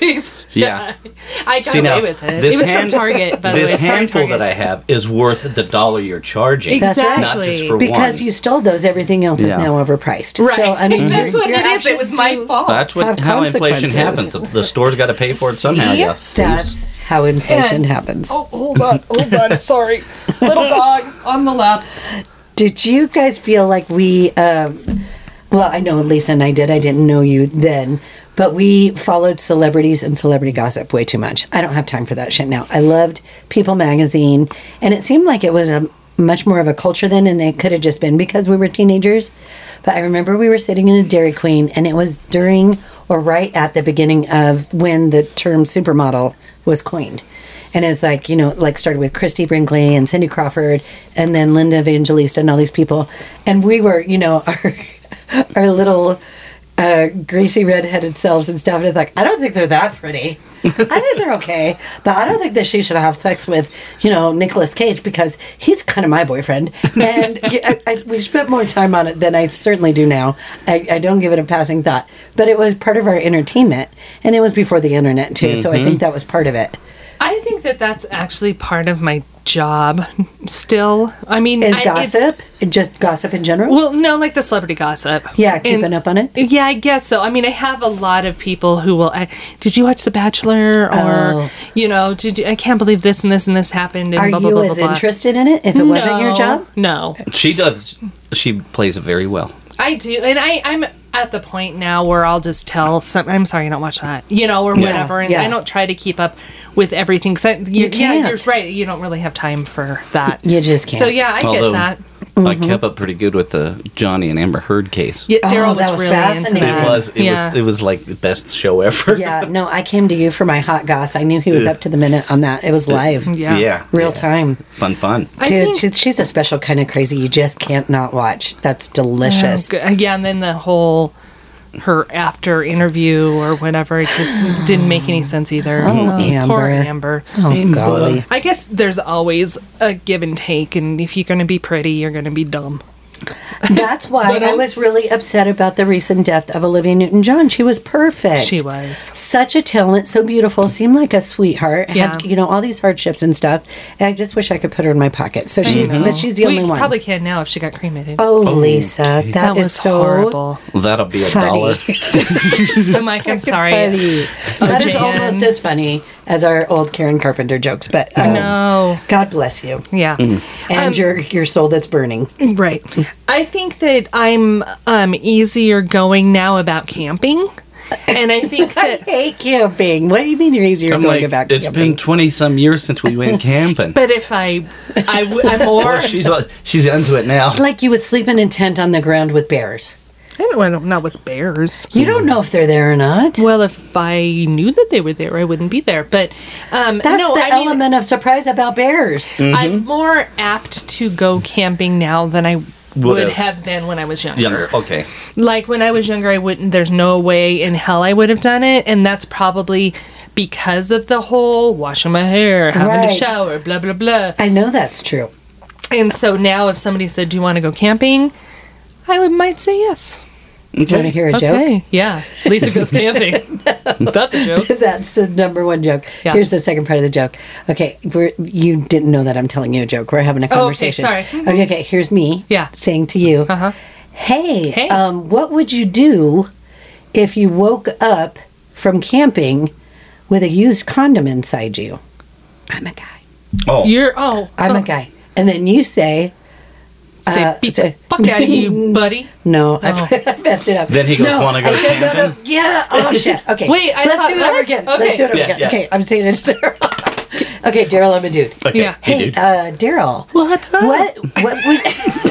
Speaker 5: Yeah.
Speaker 3: I got
Speaker 5: See,
Speaker 3: away
Speaker 5: now,
Speaker 3: with it.
Speaker 5: this
Speaker 3: It was
Speaker 5: hand-
Speaker 3: from Target, by the way.
Speaker 5: this
Speaker 3: Sorry,
Speaker 5: handful
Speaker 3: Target.
Speaker 5: that I have is worth the dollar you're charging.
Speaker 3: Exactly.
Speaker 5: Not just for
Speaker 4: Because
Speaker 5: one.
Speaker 4: you stole those, everything else is
Speaker 5: Yeah.
Speaker 4: now overpriced.
Speaker 3: Right.
Speaker 4: So I
Speaker 3: (laughs)
Speaker 4: mean,
Speaker 3: that's
Speaker 4: your-
Speaker 3: what
Speaker 4: your
Speaker 3: it is. It
Speaker 4: actions
Speaker 3: was my
Speaker 4: do-
Speaker 3: fault.
Speaker 4: (laughs)
Speaker 5: That's what
Speaker 4: have
Speaker 5: how inflation happens. The,
Speaker 4: consequences.
Speaker 5: the store's got to pay for it somehow.
Speaker 3: See?
Speaker 5: Yeah.
Speaker 4: That's how inflation happens.
Speaker 3: Oh, hold on, hold on. Sorry, little dog on the lap.
Speaker 4: Did you guys feel like we? Um, well, I know Lisa and I did. I didn't know you then, but we followed celebrities and celebrity gossip way too much. I don't have time for that shit now. I loved People magazine, and it seemed like it was a much more of a culture then, and it could have just been because we were teenagers. But I remember we were sitting in a Dairy Queen, and it was during or right at the beginning of when the term supermodel was coined. And it's like, you know, like started with Christy Brinkley and Cindy Crawford and then (laughs) Linda Evangelista and all these people. And we were, you know, our our little uh, greasy redheaded selves and stuff. And it's like, I don't think they're that pretty. I think they're okay, but I don't think that she should have sex with, you know, Nicolas Cage because he's kind of my boyfriend. And (laughs) yeah, I, I, we spent more time on it than I certainly do now. I, I don't give it a passing thought, but it was part of our entertainment, and it was before the internet too. So I think that was part of it.
Speaker 3: I think that that's actually part of my job still. I mean,
Speaker 4: Is
Speaker 3: I- it's-
Speaker 4: gossip just gossip in general?
Speaker 3: Well, no, like the celebrity gossip.
Speaker 4: yeah,
Speaker 3: And-
Speaker 4: keeping up on it.
Speaker 3: Yeah, I guess so. I mean, I have a lot of people who will. I, did you watch The Bachelor? Or
Speaker 4: Oh.
Speaker 3: you know, did you, I can't believe this and this and this happened. And
Speaker 4: Are
Speaker 3: blah, blah,
Speaker 4: you
Speaker 3: blah,
Speaker 4: as
Speaker 3: blah, blah.
Speaker 4: interested in it if it wasn't your
Speaker 3: No,
Speaker 4: job?
Speaker 3: No,
Speaker 5: She does. She plays it very well.
Speaker 3: I do, and I I'm at the point now where I'll just tell some. I'm sorry, I don't watch that, you know, or whatever, and
Speaker 4: yeah.
Speaker 3: I don't try to keep up with everything. 'cause I, you, Yeah,
Speaker 4: can't.
Speaker 3: you're right. You don't really have time for that.
Speaker 4: You just can't.
Speaker 3: So yeah, I get
Speaker 5: Although-
Speaker 3: that.
Speaker 5: I
Speaker 4: Mm-hmm.
Speaker 5: kept up pretty good with the Johnny and Amber Heard case.
Speaker 3: Yeah,
Speaker 4: Oh,
Speaker 3: Daryl was,
Speaker 4: that was
Speaker 3: really into
Speaker 4: fascinating.
Speaker 5: It
Speaker 3: that.
Speaker 5: was. It
Speaker 3: yeah.
Speaker 5: was. It was like the best show ever.
Speaker 4: yeah, no, I came to you for my hot goss. I knew he was up to the minute on that. It was live,
Speaker 3: yeah.
Speaker 5: (laughs) Yeah.
Speaker 4: real time.
Speaker 5: Fun. Fun.
Speaker 3: I
Speaker 4: Dude,
Speaker 3: think-
Speaker 4: she, she's a special kind of crazy. You just can't not watch. That's delicious.
Speaker 3: Oh, good. Yeah, and then the whole her after interview or whatever, it just didn't make any sense either. Oh,
Speaker 4: Amber.
Speaker 3: Poor Amber.
Speaker 4: Oh, golly.
Speaker 3: I guess there's always a give and take, and if you're going to be pretty, you're going to be dumb.
Speaker 4: That's why
Speaker 3: But
Speaker 4: I
Speaker 3: I'm-
Speaker 4: was really upset about the recent death of Olivia Newton John. She was perfect.
Speaker 3: She was.
Speaker 4: such a talent, so beautiful, seemed like a sweetheart. Had
Speaker 3: Yeah.
Speaker 4: you know all these hardships and stuff. And I just wish I could put her in my pocket. So she's,
Speaker 3: know.
Speaker 4: but she's the
Speaker 3: Mm-hmm. we
Speaker 4: only one.
Speaker 3: probably can now if she got cremated.
Speaker 4: oh, Lisa,
Speaker 3: that
Speaker 4: that
Speaker 3: was
Speaker 4: is so (laughs)
Speaker 3: horrible.
Speaker 5: That'll be a
Speaker 4: funny. (laughs)
Speaker 5: dollar.
Speaker 3: So, Mike, I'm sorry. Oh,
Speaker 4: funny. That is
Speaker 3: Jan.
Speaker 4: almost as funny as our old Karen Carpenter jokes. But um,
Speaker 3: No.
Speaker 4: God bless you
Speaker 3: Yeah.
Speaker 4: Mm-hmm.
Speaker 3: Um,
Speaker 4: and your your soul that's burning.
Speaker 3: Right. I think that I'm um, easier going now about camping. And I think
Speaker 4: (laughs)
Speaker 3: that
Speaker 4: Hey, camping. What do you mean you're easier
Speaker 5: I'm
Speaker 4: going
Speaker 5: like,
Speaker 4: about
Speaker 5: it's been
Speaker 4: camping?
Speaker 5: twenty some years since we
Speaker 4: (laughs)
Speaker 5: went camping.
Speaker 3: But if I, I w- I'm more.
Speaker 5: Or she's uh, she's into
Speaker 4: (laughs)
Speaker 5: it now.
Speaker 4: like you would sleep in a tent on the ground with bears.
Speaker 3: I don't know, not with bears.
Speaker 4: You
Speaker 5: Mm.
Speaker 4: don't know if they're there or not.
Speaker 3: Well, if I knew that they were there, I wouldn't be there. But um,
Speaker 4: That's
Speaker 3: no,
Speaker 4: the
Speaker 3: I mean,
Speaker 4: element of surprise about bears.
Speaker 3: I'm more apt to go camping now than I would
Speaker 5: Would've.
Speaker 3: have been when I was younger.
Speaker 5: Younger. Okay.
Speaker 3: Like when I was younger, I wouldn't. There's no way in hell I would have done it, and that's probably because of the whole washing my hair, having a
Speaker 4: Right.
Speaker 3: shower, blah blah blah.
Speaker 4: I know that's true.
Speaker 3: And so now, if somebody said, "Do you want to go camping?" I would might say yes.
Speaker 4: Do you want to hear a
Speaker 3: Okay. Yeah. Lisa
Speaker 4: (laughs)
Speaker 3: goes camping. That's a joke.
Speaker 4: joke? (laughs) That's the number one joke.
Speaker 3: Yeah.
Speaker 4: Here's the second part of the joke. Okay, we're, you didn't know that I'm telling you a joke. We're having a
Speaker 3: Oh, okay,
Speaker 4: conversation.
Speaker 3: sorry.
Speaker 4: Okay, okay, here's me
Speaker 3: Yeah.
Speaker 4: saying to you,
Speaker 3: Uh-huh.
Speaker 4: hey,
Speaker 3: Hey.
Speaker 4: Um, what would you do if you woke up from camping with a used condom inside you? I'm a guy.
Speaker 5: Oh.
Speaker 3: You're oh
Speaker 4: I'm
Speaker 3: oh,
Speaker 4: a guy. And then you say,
Speaker 3: Say
Speaker 4: uh,
Speaker 3: beat
Speaker 4: say-
Speaker 3: the fuck out of
Speaker 4: (laughs)
Speaker 3: you, buddy.
Speaker 4: no, (laughs) I messed it up.
Speaker 5: Then he goes, "Wanna go
Speaker 4: I said, no, no,
Speaker 5: camping?"
Speaker 4: Yeah. Oh shit. Okay.
Speaker 3: Wait, I
Speaker 4: Let's
Speaker 3: thought-
Speaker 4: do it over
Speaker 3: what?
Speaker 4: again.
Speaker 3: Okay.
Speaker 4: Let's do it over
Speaker 5: Yeah,
Speaker 4: again.
Speaker 5: yeah.
Speaker 4: Okay, I'm saying it. to Daryl. (laughs) okay, Daryl, I'm a dude.
Speaker 5: Okay.
Speaker 3: Yeah.
Speaker 5: Hey,
Speaker 4: Hey,
Speaker 5: dude.
Speaker 4: uh, Daryl.
Speaker 3: What's up?
Speaker 4: What? What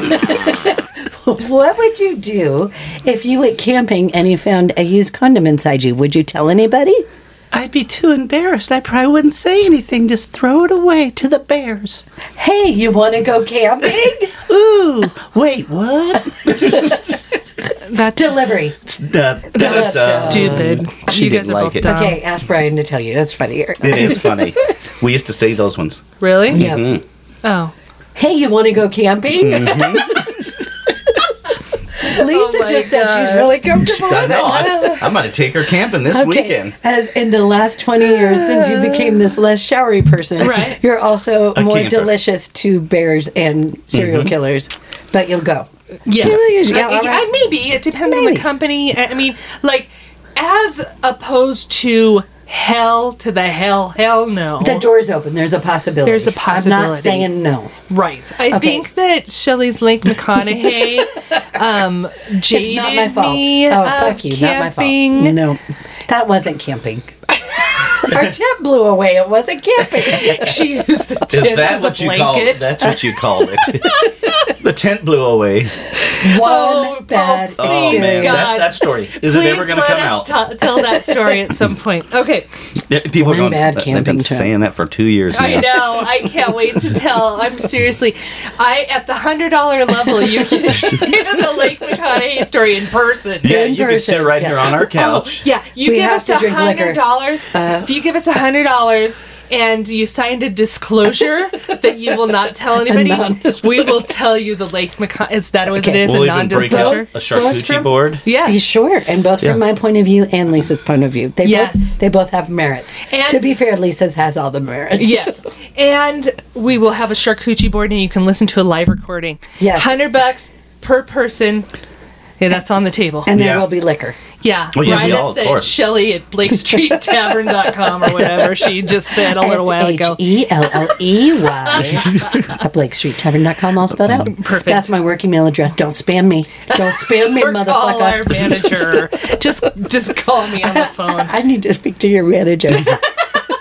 Speaker 4: would? (laughs) what would you do if you went camping and you found a used condom inside you? Would you tell anybody?
Speaker 7: I'd be too embarrassed. I probably wouldn't say anything. Just throw it away to the bears.
Speaker 4: Hey, you want to
Speaker 3: (laughs)
Speaker 4: go camping?
Speaker 7: Ooh, wait, what?
Speaker 3: That
Speaker 4: Delivery.
Speaker 5: Da- da-
Speaker 3: that's (laughs)
Speaker 5: da-
Speaker 3: stupid.
Speaker 5: um, She
Speaker 3: you guys
Speaker 5: didn't
Speaker 3: are
Speaker 5: like
Speaker 3: both
Speaker 5: it.
Speaker 3: dumb.
Speaker 4: Okay, ask Brian to tell you. That's funnier.
Speaker 5: It is funny. We used to say
Speaker 3: (laughs)
Speaker 5: those ones.
Speaker 3: Really?
Speaker 4: Yeah.
Speaker 5: Mm-hmm.
Speaker 3: Oh.
Speaker 4: Hey, you want to go camping?
Speaker 5: Mm-hmm.
Speaker 4: (laughs) Lisa
Speaker 3: Oh my
Speaker 4: just said she's really comfortable
Speaker 5: (laughs) I
Speaker 4: with it.
Speaker 5: know. I, am going to take her camping this weekend.
Speaker 4: As in the last 20 years
Speaker 3: (sighs)
Speaker 4: since you became this less showery person,
Speaker 3: Right.
Speaker 4: you're also more
Speaker 5: camper. Mm-hmm.
Speaker 4: delicious to bears and serial killers. But you'll go.
Speaker 3: Yes.
Speaker 4: usually-
Speaker 3: I,
Speaker 4: yeah, all
Speaker 3: I-
Speaker 4: right.
Speaker 3: maybe it depends on
Speaker 4: Maybe.
Speaker 3: the company. I I mean, like as opposed to hell to the hell, hell no.
Speaker 4: The door's open. There's a possibility.
Speaker 3: There's a
Speaker 4: I'm
Speaker 3: possibility.
Speaker 4: not saying no.
Speaker 3: Right. I
Speaker 4: Okay.
Speaker 3: think that Shelley's Lake
Speaker 4: (laughs)
Speaker 3: McConaughey um, jaded
Speaker 4: It's not my fault.
Speaker 3: me.
Speaker 4: oh,
Speaker 3: of
Speaker 4: fuck you.
Speaker 3: Camping.
Speaker 4: Not my fault. No, that wasn't camping. (laughs) Our tent blew away.
Speaker 3: (laughs)
Speaker 4: It wasn't
Speaker 3: (laughs)
Speaker 4: camping.
Speaker 3: She used the
Speaker 5: Is
Speaker 3: tent (laughs)
Speaker 5: that
Speaker 3: as
Speaker 5: what
Speaker 3: a
Speaker 5: you call
Speaker 3: blanket. (laughs)
Speaker 5: That's what you call it. the tent blew away.
Speaker 3: Oh, oh,
Speaker 4: One bad
Speaker 3: oh, Please,
Speaker 5: man,
Speaker 4: experience.
Speaker 3: God.
Speaker 5: That's, that story. Is
Speaker 3: Please
Speaker 5: it ever going to
Speaker 3: let
Speaker 5: come
Speaker 3: us
Speaker 5: out?
Speaker 3: t- tell that story at some point. Okay,
Speaker 5: Yeah, People are
Speaker 4: One
Speaker 5: going,
Speaker 4: bad
Speaker 5: "That- They've
Speaker 4: camping
Speaker 5: been
Speaker 4: trip."
Speaker 5: saying that for two years now.
Speaker 3: I know. I can't wait to tell. I'm seriously, I at the hundred dollar level, you (laughs)
Speaker 5: (laughs)
Speaker 3: get into the Lake Matanahe story in person.
Speaker 5: Yeah,
Speaker 4: In
Speaker 5: you could sit
Speaker 4: person,
Speaker 5: right
Speaker 4: yeah.
Speaker 5: here on our
Speaker 3: Oh,
Speaker 5: couch.
Speaker 3: yeah. You
Speaker 4: We
Speaker 3: give
Speaker 4: have
Speaker 3: us
Speaker 4: to
Speaker 3: a
Speaker 4: drink liquor. Uh.
Speaker 3: hundred dollars. If you give us a hundred dollars and you signed a
Speaker 4: (laughs)
Speaker 3: disclosure that you will not tell anybody, we will tell you the Lake Macan. Is that what it
Speaker 4: Okay.
Speaker 3: is?
Speaker 5: We'll
Speaker 3: a
Speaker 5: even break out
Speaker 3: non-disclosure.
Speaker 5: a
Speaker 4: Both
Speaker 5: charcuterie
Speaker 4: from-
Speaker 5: board.
Speaker 4: Yeah,
Speaker 3: Yes.
Speaker 4: Sure, and both from my point of view and Lisa's point of view. They
Speaker 3: Yes.
Speaker 4: both they both have merits.
Speaker 3: And-
Speaker 4: to be fair, Lisa's has all the merit.
Speaker 3: Yes, and we will have a charcuterie board, and you can listen to a live recording.
Speaker 4: Yes.
Speaker 3: hundred bucks per person. Yeah, that's on the table.
Speaker 4: And there
Speaker 5: Yeah.
Speaker 4: will be liquor.
Speaker 3: Yeah,
Speaker 5: Well, Oh, yeah,
Speaker 3: write
Speaker 5: we all,
Speaker 3: us
Speaker 5: of
Speaker 3: at
Speaker 5: course.
Speaker 3: Shelley at
Speaker 4: (laughs)
Speaker 3: BlakeStreetTavern.com or whatever she just said a little while ago.
Speaker 4: S H E L L E Y. At BlakeStreetTavern.com, all spelled out.
Speaker 3: Perfect.
Speaker 4: That's my work email address. Don't spam me. Don't spam me,
Speaker 3: Or call our
Speaker 4: motherfucker. (laughs)
Speaker 3: manager. just just call me on the phone.
Speaker 4: I need to speak to your manager.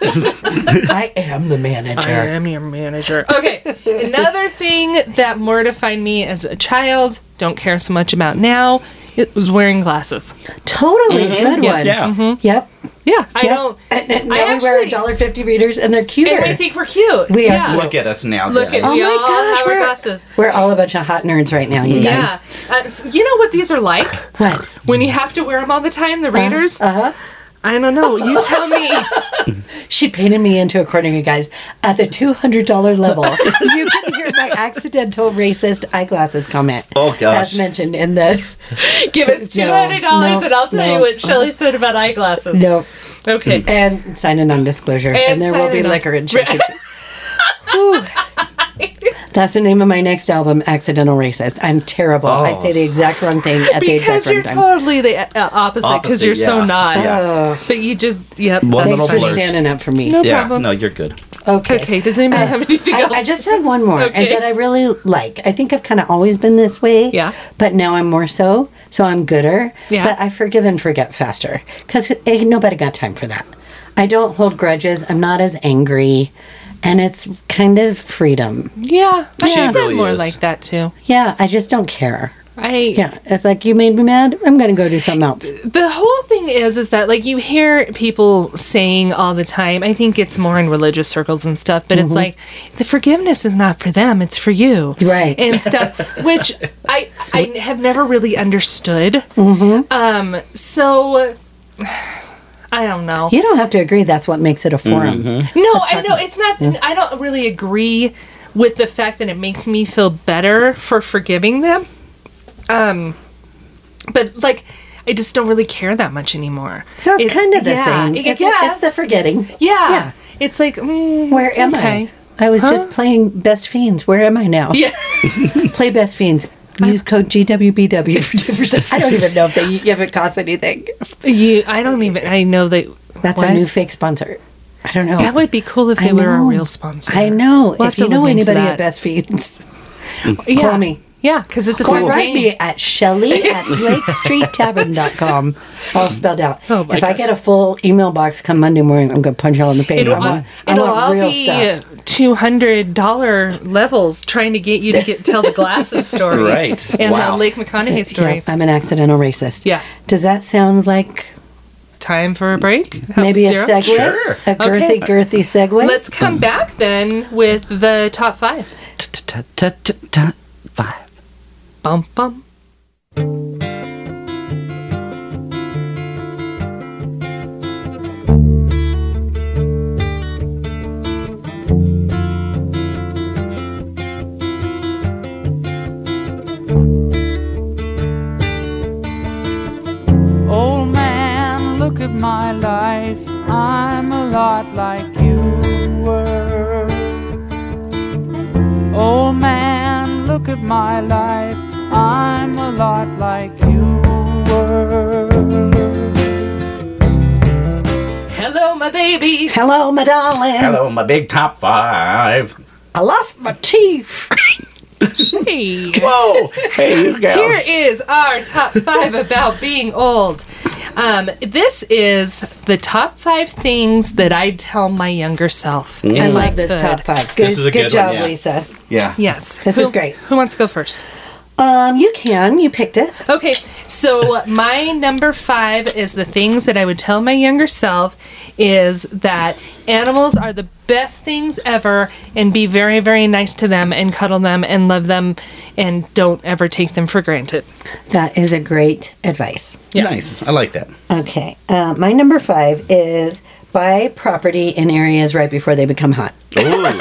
Speaker 4: I am the manager.
Speaker 3: I am your manager. Okay. Another thing that mortified me as a child, don't care so much about now, it was wearing glasses.
Speaker 4: Totally good one.
Speaker 5: Yeah.
Speaker 4: Yep.
Speaker 3: Yeah, Mm-hmm. I
Speaker 4: yep.
Speaker 3: don't.
Speaker 4: And, and now
Speaker 3: I
Speaker 4: we wear a
Speaker 3: actually-
Speaker 4: dollar fifty readers, and they're
Speaker 3: And
Speaker 4: cuter.
Speaker 3: I think we're cute.
Speaker 4: We are
Speaker 3: yeah.
Speaker 4: cute.
Speaker 5: Look at us now.
Speaker 3: Look
Speaker 5: guys.
Speaker 3: at
Speaker 4: oh
Speaker 3: you. We
Speaker 4: my
Speaker 3: all
Speaker 4: gosh,
Speaker 3: have our
Speaker 4: we're,
Speaker 3: glasses.
Speaker 4: we're all a bunch of hot nerds right now, you guys.
Speaker 3: Yeah. Uh, s- you know what these are like?
Speaker 4: What?
Speaker 3: When you have to wear them all the time, the
Speaker 4: Uh-huh.
Speaker 3: readers? Uh huh. I don't know. You tell me.
Speaker 4: She painted me into, according to you guys, at the two hundred dollar
Speaker 3: (laughs)
Speaker 4: level. you can hear my accidental racist eyeglasses comment.
Speaker 5: Oh, gosh.
Speaker 4: That's mentioned in the
Speaker 3: Give us two
Speaker 4: (laughs) No,
Speaker 3: hundred dollars,
Speaker 4: no,
Speaker 3: and I'll tell
Speaker 4: no.
Speaker 3: you what Shelley said about eyeglasses.
Speaker 4: no
Speaker 3: Okay.
Speaker 4: and sign a non-disclosure, and,
Speaker 3: And
Speaker 4: there
Speaker 3: sign
Speaker 4: will
Speaker 3: a
Speaker 4: be
Speaker 3: non-
Speaker 4: liquor
Speaker 3: (laughs)
Speaker 4: and charcuterie. Whew. That's the name of my next album, Accidental Racist. I'm terrible. I
Speaker 5: Oh.
Speaker 4: say the exact wrong thing at the
Speaker 3: Because
Speaker 4: exact wrong
Speaker 3: you're
Speaker 4: time.
Speaker 3: totally the uh, opposite. Because
Speaker 5: Opposite,
Speaker 3: you're so
Speaker 5: yeah.
Speaker 3: not.
Speaker 5: Yeah.
Speaker 3: But you just yep.
Speaker 5: One
Speaker 3: that's
Speaker 4: Thanks for
Speaker 5: little
Speaker 3: fine.
Speaker 5: flirt.
Speaker 4: standing up for me.
Speaker 3: No
Speaker 5: Yeah,
Speaker 3: problem.
Speaker 5: no, you're good.
Speaker 4: Okay.
Speaker 3: Okay. Does anybody have anything
Speaker 4: Uh, I,
Speaker 3: else?
Speaker 4: I just had one more
Speaker 3: Okay.
Speaker 4: and that I really like. I think I've kind of always been this way.
Speaker 3: Yeah.
Speaker 4: But now I'm more so. So I'm gooder.
Speaker 3: Yeah.
Speaker 4: But I forgive and forget faster because ain't nobody got time for that. I don't hold grudges. I'm not as angry. And it's kind of freedom.
Speaker 3: yeah. I
Speaker 5: She
Speaker 3: have been
Speaker 5: really
Speaker 3: more
Speaker 5: is.
Speaker 3: like that too.
Speaker 4: Yeah. I just don't care.
Speaker 3: I
Speaker 4: Yeah. It's like, you made me mad. I'm going to go do something else.
Speaker 3: the whole thing is is that like you hear people saying all the time i think it's more in religious circles and stuff but it's like the forgiveness is not for them it's for you
Speaker 4: Right.
Speaker 3: and stuff which i i have never really understood um so (sighs) i don't know
Speaker 4: You don't have to agree. That's what makes it a forum.
Speaker 3: no, I know it's not. I don't really agree with the fact that it makes me feel better for forgiving them. Um, but like, I just don't really care that much anymore.
Speaker 4: So it's, kind of the same.
Speaker 3: It,
Speaker 4: It's,
Speaker 3: yes,
Speaker 4: it's the forgetting.
Speaker 3: yeah.
Speaker 4: yeah.
Speaker 3: It's like mm,
Speaker 4: Where am
Speaker 3: okay.
Speaker 4: I? I was just playing Best Fiends. Where am I now?
Speaker 3: Yeah.
Speaker 4: (laughs) Play Best Fiends. Use code GWBW for 10%. I don't even know if, they, if it costs anything.
Speaker 3: You. I don't even. I know that.
Speaker 4: That's
Speaker 3: what?
Speaker 4: our new fake sponsor. I don't know.
Speaker 3: That would be cool if
Speaker 4: I
Speaker 3: they were a
Speaker 4: know.
Speaker 3: real sponsor.
Speaker 4: I know.
Speaker 3: We'll have
Speaker 4: if
Speaker 3: to
Speaker 4: you know
Speaker 3: look into
Speaker 4: anybody
Speaker 3: that.
Speaker 4: at Best Fiends,
Speaker 3: yeah.
Speaker 4: call me.
Speaker 3: Yeah, because it's a
Speaker 4: or
Speaker 3: fun
Speaker 4: write
Speaker 3: game.
Speaker 4: me
Speaker 3: (laughs)
Speaker 4: at Shelley at BlakeStreetTavern.com. All spelled out.
Speaker 3: Oh my
Speaker 4: if I
Speaker 3: gosh.
Speaker 4: get a full email box come Monday morning, I'm going to punch you all in the face.
Speaker 3: It'll,
Speaker 4: I want, I
Speaker 3: it'll
Speaker 4: want
Speaker 3: all
Speaker 4: real
Speaker 3: be
Speaker 4: stuff.
Speaker 3: two hundred dollar levels trying to get you to get tell the
Speaker 4: (laughs)
Speaker 3: glasses story,
Speaker 5: Right.
Speaker 3: And the
Speaker 5: Wow.
Speaker 3: Lake McConaughey story.
Speaker 4: Yeah, I'm an accidental racist.
Speaker 3: Yeah.
Speaker 4: Does that sound like
Speaker 3: Time for a break. Help
Speaker 4: Maybe a
Speaker 3: zero?
Speaker 4: segue,
Speaker 5: Sure.
Speaker 4: a girthy,
Speaker 3: Okay.
Speaker 4: girthy segue.
Speaker 3: Let's come back then with the top five.
Speaker 5: Five.
Speaker 3: Bum bum.
Speaker 6: Old man, look at my life. I'm a lot like you were. Old man, look at my life. I'm a lot like you were.
Speaker 3: Hello, my baby.
Speaker 4: Hello, my darling.
Speaker 5: Hello, my big top five.
Speaker 4: I lost my teeth.
Speaker 3: Hey.
Speaker 5: Whoa! hey, you guys.
Speaker 3: Here is our top five about being old. Um, this is the top five things that I'd tell my younger self.
Speaker 5: Mm.
Speaker 4: I
Speaker 3: if
Speaker 4: love this
Speaker 3: could.
Speaker 4: top five. Good,
Speaker 5: is a
Speaker 4: good,
Speaker 5: good one,
Speaker 4: job,
Speaker 5: yeah.
Speaker 4: Lisa.
Speaker 5: Yeah.
Speaker 3: Yes,
Speaker 4: This
Speaker 3: Who-
Speaker 4: is great.
Speaker 3: Who wants to go first?
Speaker 4: Um, you can. You picked it.
Speaker 3: Okay, so my number five is the things that I would tell my younger self is that animals are the best things ever, and be very, very nice to them, and cuddle them, and love them, and don't ever take them for granted.
Speaker 4: That is a great advice.
Speaker 5: Nice. I like that.
Speaker 4: Okay. Uh, my number five is buy property in areas right before they become
Speaker 3: (laughs)
Speaker 4: hot.
Speaker 5: Ooh,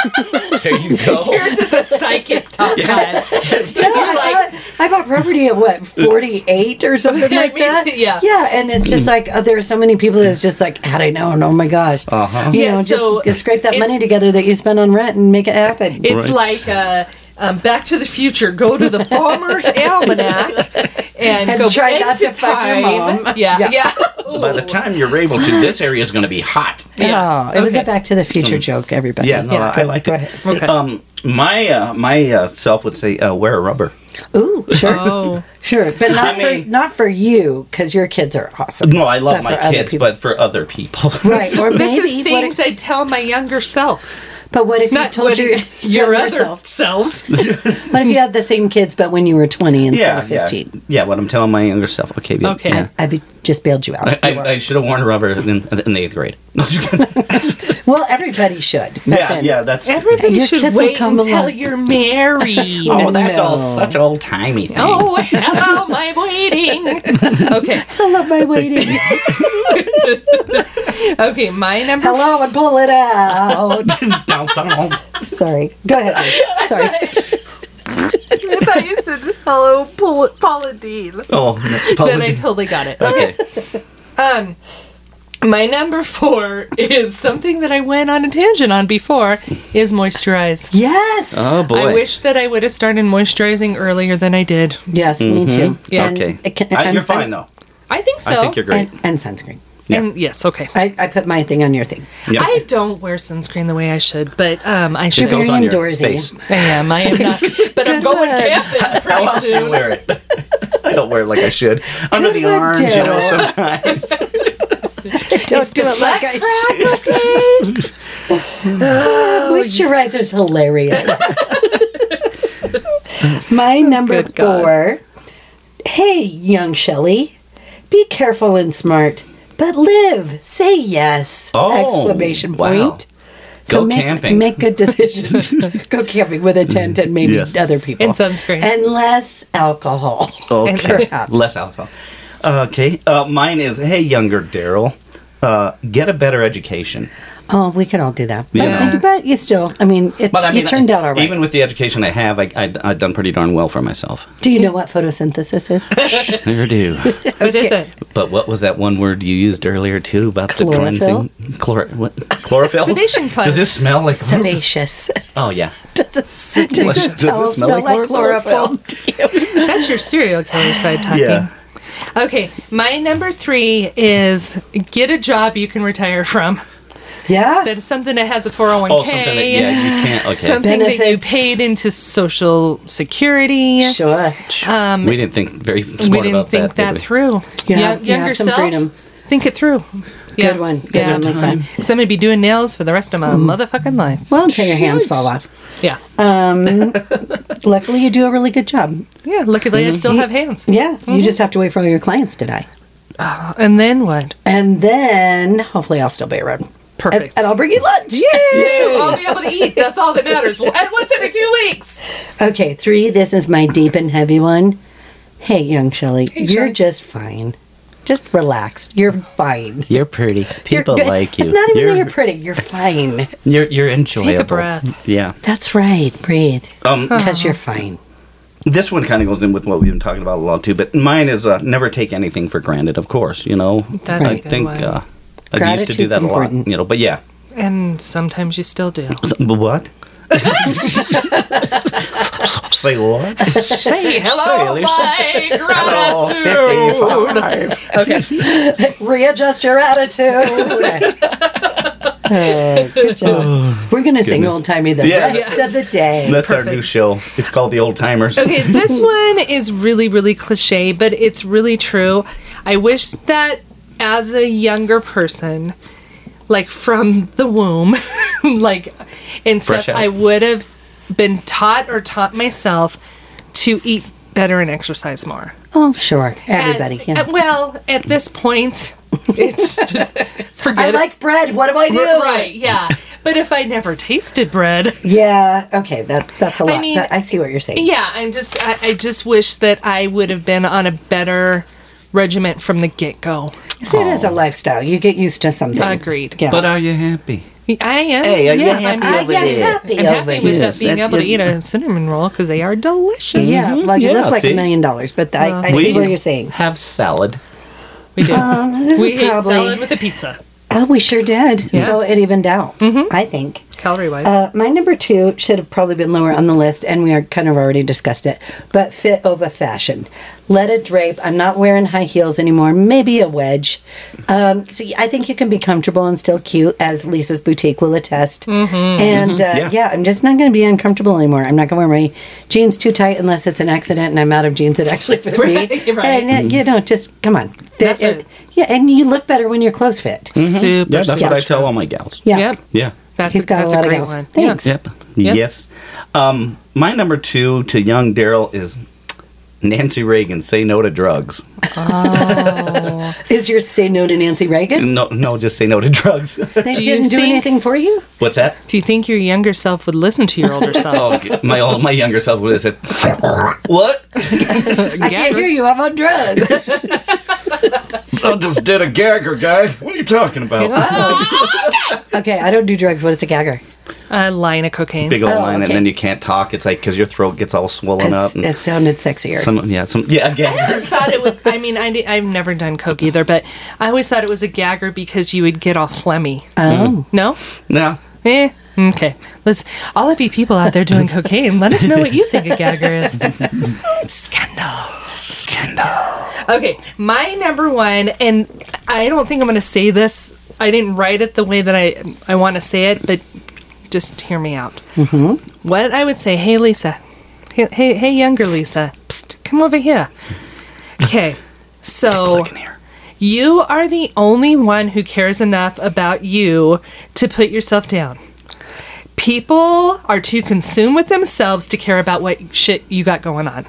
Speaker 5: there you go.
Speaker 3: This is a (laughs) psychic top five.
Speaker 4: No, I, bought, I bought property at what, 48 or something like
Speaker 3: Me
Speaker 4: that?
Speaker 3: too, (laughs) yeah.
Speaker 4: Yeah. And it's just like, uh, there are so many people that's just like, had I known, oh my gosh. Uh
Speaker 5: Uh-huh.
Speaker 4: huh. You
Speaker 3: Yeah,
Speaker 4: know, just
Speaker 3: so
Speaker 4: scrape that
Speaker 3: it's-
Speaker 4: money together that you spent on rent and make it happen.
Speaker 3: It's
Speaker 5: Right.
Speaker 3: like uh, um, Back to the Future. Go to the
Speaker 4: (laughs)
Speaker 3: Farmer's Almanac and,
Speaker 4: And
Speaker 3: go
Speaker 4: try not
Speaker 3: into
Speaker 4: to fuck your
Speaker 3: time.
Speaker 4: mom.
Speaker 3: Yeah,
Speaker 4: Yeah.
Speaker 3: yeah.
Speaker 5: By the time you're able to, this area is going to be hot.
Speaker 3: Yeah.
Speaker 4: Oh, it was a
Speaker 3: Okay.
Speaker 4: Back to the Future joke, everybody.
Speaker 5: Mm. Yeah, no, I liked
Speaker 4: Go
Speaker 5: it. Um, my uh, my uh, self would say uh, wear a rubber.
Speaker 4: Ooh, sure.
Speaker 3: Oh.
Speaker 4: (laughs) Sure, but not for
Speaker 5: mean-
Speaker 4: not for you because your kids are awesome.
Speaker 5: No, I love
Speaker 4: But
Speaker 5: my
Speaker 4: for other
Speaker 5: kids,
Speaker 4: people.
Speaker 5: but for other people.
Speaker 4: right? Or
Speaker 3: this
Speaker 4: maybe
Speaker 3: is
Speaker 4: what
Speaker 3: things
Speaker 4: if,
Speaker 3: I tell my younger self,
Speaker 4: but what if you
Speaker 3: not
Speaker 4: told
Speaker 3: what-
Speaker 4: your
Speaker 3: (laughs) your
Speaker 4: younger
Speaker 3: other
Speaker 4: self?
Speaker 3: selves.
Speaker 4: What if you had the same kids but when you were twenty instead
Speaker 5: yeah,
Speaker 4: of
Speaker 5: yeah,
Speaker 4: fifteen?
Speaker 5: yeah. What I'm telling my younger self. Okay, yeah,
Speaker 3: Okay.
Speaker 5: yeah.
Speaker 4: I'd be just bailed you out.
Speaker 5: I,
Speaker 4: You
Speaker 5: I,
Speaker 4: were.
Speaker 5: I should have worn a rubber in, in the eighth grade. No, just kidding.
Speaker 4: well, everybody should. But
Speaker 5: yeah,
Speaker 4: then,
Speaker 5: yeah, that's
Speaker 3: Everybody
Speaker 4: Your
Speaker 3: should
Speaker 4: kids will
Speaker 3: wait
Speaker 4: come
Speaker 3: until
Speaker 4: along.
Speaker 3: you're (laughs) married.
Speaker 5: oh, that's all
Speaker 4: No.
Speaker 5: such old timey thing.
Speaker 3: Oh, how am I waiting? (laughs) Okay,
Speaker 4: I love
Speaker 5: (laughs)
Speaker 4: my waiting.
Speaker 3: okay. My number
Speaker 4: Hello, and pull it out. (laughs)
Speaker 5: (laughs) Dun, dun, dun.
Speaker 4: Sorry. Go ahead.
Speaker 3: (laughs)
Speaker 4: Liz. Sorry.
Speaker 8: I thought you said hello, Paul- Paula Dean.
Speaker 5: oh, no,
Speaker 3: then I
Speaker 5: probably-
Speaker 3: totally got it.
Speaker 5: okay.
Speaker 3: Um, my number four is something that I went on a tangent on before is moisturize.
Speaker 4: Yes.
Speaker 5: Oh boy.
Speaker 3: I wish that I would have started moisturizing earlier than I did.
Speaker 4: yes. Me too.
Speaker 3: Yeah.
Speaker 4: And
Speaker 5: Okay,
Speaker 4: it can-
Speaker 5: Mm-hmm.
Speaker 4: um,
Speaker 5: I-
Speaker 4: and-
Speaker 5: you're fine
Speaker 4: and-
Speaker 5: though.
Speaker 3: I think so.
Speaker 5: I think you're great.
Speaker 4: And, and sunscreen.
Speaker 3: And yes, okay.
Speaker 4: I, I put my thing on your thing.
Speaker 5: Yeah.
Speaker 3: I don't wear sunscreen the way I should, but um, I should.
Speaker 5: It goes
Speaker 4: Very
Speaker 5: on your
Speaker 4: indoorsy.
Speaker 5: face.
Speaker 3: I am. I am (laughs) not. But I'm going camping
Speaker 5: How
Speaker 3: pretty
Speaker 5: else do you
Speaker 3: soon.
Speaker 5: wear it? (laughs) I don't wear it like I should. Under the
Speaker 4: Good
Speaker 5: arms, you know,
Speaker 4: deal.
Speaker 5: sometimes.
Speaker 4: (laughs) Don't do it like I (laughs) Moisturizer's
Speaker 5: (laughs)
Speaker 4: hilarious. My number
Speaker 3: Good God.
Speaker 4: four. Hey, young Shelley, be careful and smart, but live. Say yes!
Speaker 5: Oh,
Speaker 4: Exclamation
Speaker 5: wow.
Speaker 4: point.
Speaker 5: Go
Speaker 4: make,
Speaker 5: camping.
Speaker 4: Make good decisions.
Speaker 5: (laughs)
Speaker 4: Go camping with a tent and maybe
Speaker 5: Yes.
Speaker 4: other people.
Speaker 3: And sunscreen.
Speaker 4: And less alcohol.
Speaker 5: Okay.
Speaker 4: Perhaps.
Speaker 5: Less alcohol. Okay. Uh, mine is hey, younger Daryl, uh, get a better education.
Speaker 4: Oh, we could all do that.
Speaker 5: Yeah.
Speaker 4: But, but you still, I mean, it,
Speaker 5: But I mean,
Speaker 4: you turned out all right.
Speaker 5: Even with the education I have, I, I, I've done pretty darn well for myself.
Speaker 4: do you know what photosynthesis
Speaker 5: (laughs)
Speaker 4: is?
Speaker 5: Sure do.
Speaker 3: What is it?
Speaker 5: but what was that one word you used earlier, too, about
Speaker 4: Chlorophyll?
Speaker 5: the cleansing? Chlor- what? Chlorophyll?
Speaker 3: Sedation cleanse.
Speaker 5: Does this smell like.
Speaker 4: Sebaceous.
Speaker 5: Oh, yeah.
Speaker 4: Does it, does
Speaker 5: Does
Speaker 4: it
Speaker 5: it
Speaker 4: smell,
Speaker 5: smell like
Speaker 4: like chlorophyll?
Speaker 3: That's your serial killer side talking. Okay, my number three is get a job you can retire from.
Speaker 4: Yeah.
Speaker 3: That is something that has a
Speaker 5: Oh,
Speaker 3: 401k.
Speaker 5: something that, yeah, you can't. Okay.
Speaker 3: something that you
Speaker 4: Benefits.
Speaker 3: paid into Social Security.
Speaker 4: Sure.
Speaker 5: we didn't think very smart
Speaker 3: we didn't
Speaker 5: about
Speaker 3: think that,
Speaker 5: did we?
Speaker 3: through.
Speaker 4: You
Speaker 3: Yo-
Speaker 4: have- you
Speaker 3: younger
Speaker 4: have some
Speaker 3: self,
Speaker 4: freedom.
Speaker 3: think it through.
Speaker 4: Good one. Good
Speaker 3: Yeah.
Speaker 4: one, Lisa. Mm.
Speaker 3: Because I'm going to be doing nails for the rest of my motherfucking life.
Speaker 4: Well, until your hands fall off.
Speaker 3: Yeah.
Speaker 4: Luckily, you do a really good job.
Speaker 3: yeah. Luckily, I still have hands.
Speaker 4: Mm-hmm. Yeah.
Speaker 5: Mm-hmm.
Speaker 4: You just have to wait for all your clients to die.
Speaker 3: And then what?
Speaker 4: And then hopefully I'll still be around. And,
Speaker 3: Perfect.
Speaker 4: and I'll bring you lunch.
Speaker 3: Ew, I'll be able to eat. That's all that matters. Well, and Once every two weeks.
Speaker 4: Okay, three. This is my deep and heavy one. Hey, young Shelley, you're
Speaker 3: Shelley.
Speaker 4: just fine. Just relax. You're fine.
Speaker 5: You're pretty. People
Speaker 4: You're good.
Speaker 5: like you.
Speaker 4: Not even
Speaker 5: you're,
Speaker 4: though you're pretty. You're fine.
Speaker 5: you're you're enjoyable.
Speaker 3: Take a breath.
Speaker 5: Yeah.
Speaker 4: That's right. Breathe.
Speaker 5: Um,
Speaker 3: Oh.
Speaker 4: Because you're fine.
Speaker 5: This one kind of goes in with what we've been talking about a lot too, but mine is uh, never take anything for granted. Of course, you know.
Speaker 3: That's a
Speaker 5: I
Speaker 3: good
Speaker 5: think
Speaker 3: one.
Speaker 5: Uh, I used to do
Speaker 4: Gratitude's
Speaker 5: that a lot.
Speaker 4: important.
Speaker 5: You know,
Speaker 3: (laughs)
Speaker 5: but yeah.
Speaker 3: And sometimes you still (laughs) do.
Speaker 5: So- but what? Say what?
Speaker 3: Say hello, my gratitude.
Speaker 5: Hello,
Speaker 4: Readjust your attitude.
Speaker 3: (laughs)
Speaker 4: Oh, good job. We're gonna sing
Speaker 5: goodness.
Speaker 4: old timey the
Speaker 5: Yeah.
Speaker 4: rest of the day.
Speaker 5: That's our
Speaker 3: Perfect.
Speaker 5: new show. It's called The Old Timers.
Speaker 3: Okay,
Speaker 4: (laughs)
Speaker 3: this one is really, really cliche, but it's really true. I wish that as a younger person, like from the womb, (laughs) like and
Speaker 5: Fresh
Speaker 3: stuff,
Speaker 5: out.
Speaker 3: I would have been taught or taught myself to eat better and exercise more.
Speaker 4: Oh, sure.
Speaker 3: And-
Speaker 4: Everybody. yeah.
Speaker 3: uh, well, at this point,
Speaker 4: (laughs)
Speaker 3: it's forget
Speaker 4: I
Speaker 3: it.
Speaker 4: like bread. What do I do?
Speaker 3: right, yeah. But if I never tasted bread,
Speaker 4: Yeah. Okay. That that's a lot.
Speaker 3: mean-
Speaker 4: That- I see what you're saying.
Speaker 3: yeah, I'm just I, I just wish that I would have been on a better regiment from the get go.
Speaker 4: See, it is a lifestyle. You get used to something.
Speaker 3: Agreed.
Speaker 4: Yeah.
Speaker 5: But are you happy?
Speaker 3: I am.
Speaker 5: Hey, are you
Speaker 3: yeah, I'm,
Speaker 5: happy
Speaker 4: I
Speaker 5: over
Speaker 4: get
Speaker 5: there?
Speaker 4: happy
Speaker 3: I'm
Speaker 4: over
Speaker 3: happy
Speaker 4: it.
Speaker 3: with
Speaker 5: Yes,
Speaker 3: us being
Speaker 5: that's
Speaker 3: able to
Speaker 5: it.
Speaker 3: eat a cinnamon roll because they are delicious.
Speaker 4: Yeah. Well, you
Speaker 5: Mm-hmm. Yeah,
Speaker 4: look like
Speaker 5: see?
Speaker 4: a million dollars, but I, I see what you're saying.
Speaker 5: Have salad.
Speaker 3: We do.
Speaker 4: This
Speaker 3: we
Speaker 4: is
Speaker 3: ate
Speaker 4: Uh, probably.
Speaker 3: salad with a pizza,
Speaker 4: oh, we sure did. So it evened out.
Speaker 3: Mm-hmm.
Speaker 4: I think.
Speaker 3: calorie wise.
Speaker 4: Uh, my number two should have probably been lower on the list, and we are kind of already discussed it. But fit over fashion, let it drape. I'm not wearing high heels anymore. Maybe a wedge. Um, so I think you can be comfortable and still cute, as Lisa's boutique will attest.
Speaker 3: Mm-hmm.
Speaker 4: and Uh, yeah.
Speaker 5: Yeah.
Speaker 4: I'm just not going to be uncomfortable anymore. I'm not going to wear my jeans too tight unless it's an accident and I'm out of jeans
Speaker 3: (laughs)
Speaker 4: that actually fit me.
Speaker 3: Right, right.
Speaker 4: And uh, you know, just come on, fit
Speaker 3: That's
Speaker 4: and-
Speaker 3: it.
Speaker 4: Yeah, and you look better when your clothes fit.
Speaker 3: Super.
Speaker 5: Yeah, that's
Speaker 3: super
Speaker 5: what I tell all my gals.
Speaker 4: Yeah.
Speaker 3: Yep.
Speaker 5: Yeah.
Speaker 3: That's
Speaker 4: mm-hmm. He's
Speaker 3: a,
Speaker 4: got a
Speaker 3: that's
Speaker 4: lot of
Speaker 3: great
Speaker 4: gals.
Speaker 3: one.
Speaker 4: Thanks.
Speaker 5: Yep.
Speaker 3: Yep.
Speaker 5: Yes. Um, my number two to young Daryl is Nancy Reagan. Say no to drugs.
Speaker 4: Is your say no to Nancy Reagan?
Speaker 5: No, no, just say no to (laughs) drugs.
Speaker 4: They
Speaker 3: Do you
Speaker 4: didn't do
Speaker 3: think-
Speaker 4: anything for you.
Speaker 5: What's that?
Speaker 3: Do you think your younger self would listen to your older self?
Speaker 5: (laughs) Oh, g- my old, my younger self would have said, "What?
Speaker 4: I can't hear you. I'm on drugs. (laughs)
Speaker 5: I just did a gagger, guy. What are you talking about?"
Speaker 4: okay, I don't do drugs. What is a gagger?
Speaker 3: A line of cocaine.
Speaker 5: Big old
Speaker 4: Oh,
Speaker 5: line,
Speaker 4: okay.
Speaker 5: and then you can't talk. It's like because your throat gets all swollen
Speaker 4: It's-
Speaker 5: up.
Speaker 4: It
Speaker 5: And
Speaker 4: sounded sexier.
Speaker 5: some, yeah, some, yeah,
Speaker 3: I (laughs)
Speaker 5: again.
Speaker 3: always thought it would. I mean, I have never done coke either, but I always thought it was a gagger because you would get all phlegmy.
Speaker 4: oh,
Speaker 3: No?
Speaker 5: No,
Speaker 3: Eh. Okay. Let's. All of you people out there (laughs) doing cocaine, let us know what you think a gagger (laughs) is. Scandal. Scandal. Okay. My number one, and I don't think I'm going to say this. I didn't write it the way that I I want to say it, but just hear me out. Mm-hmm. What I would say, hey Lisa, hey hey, hey younger Lisa, Psst, come over here. Okay. So. You are the only one who cares enough about you to put yourself down. People are too consumed with themselves to care about what shit you got going on.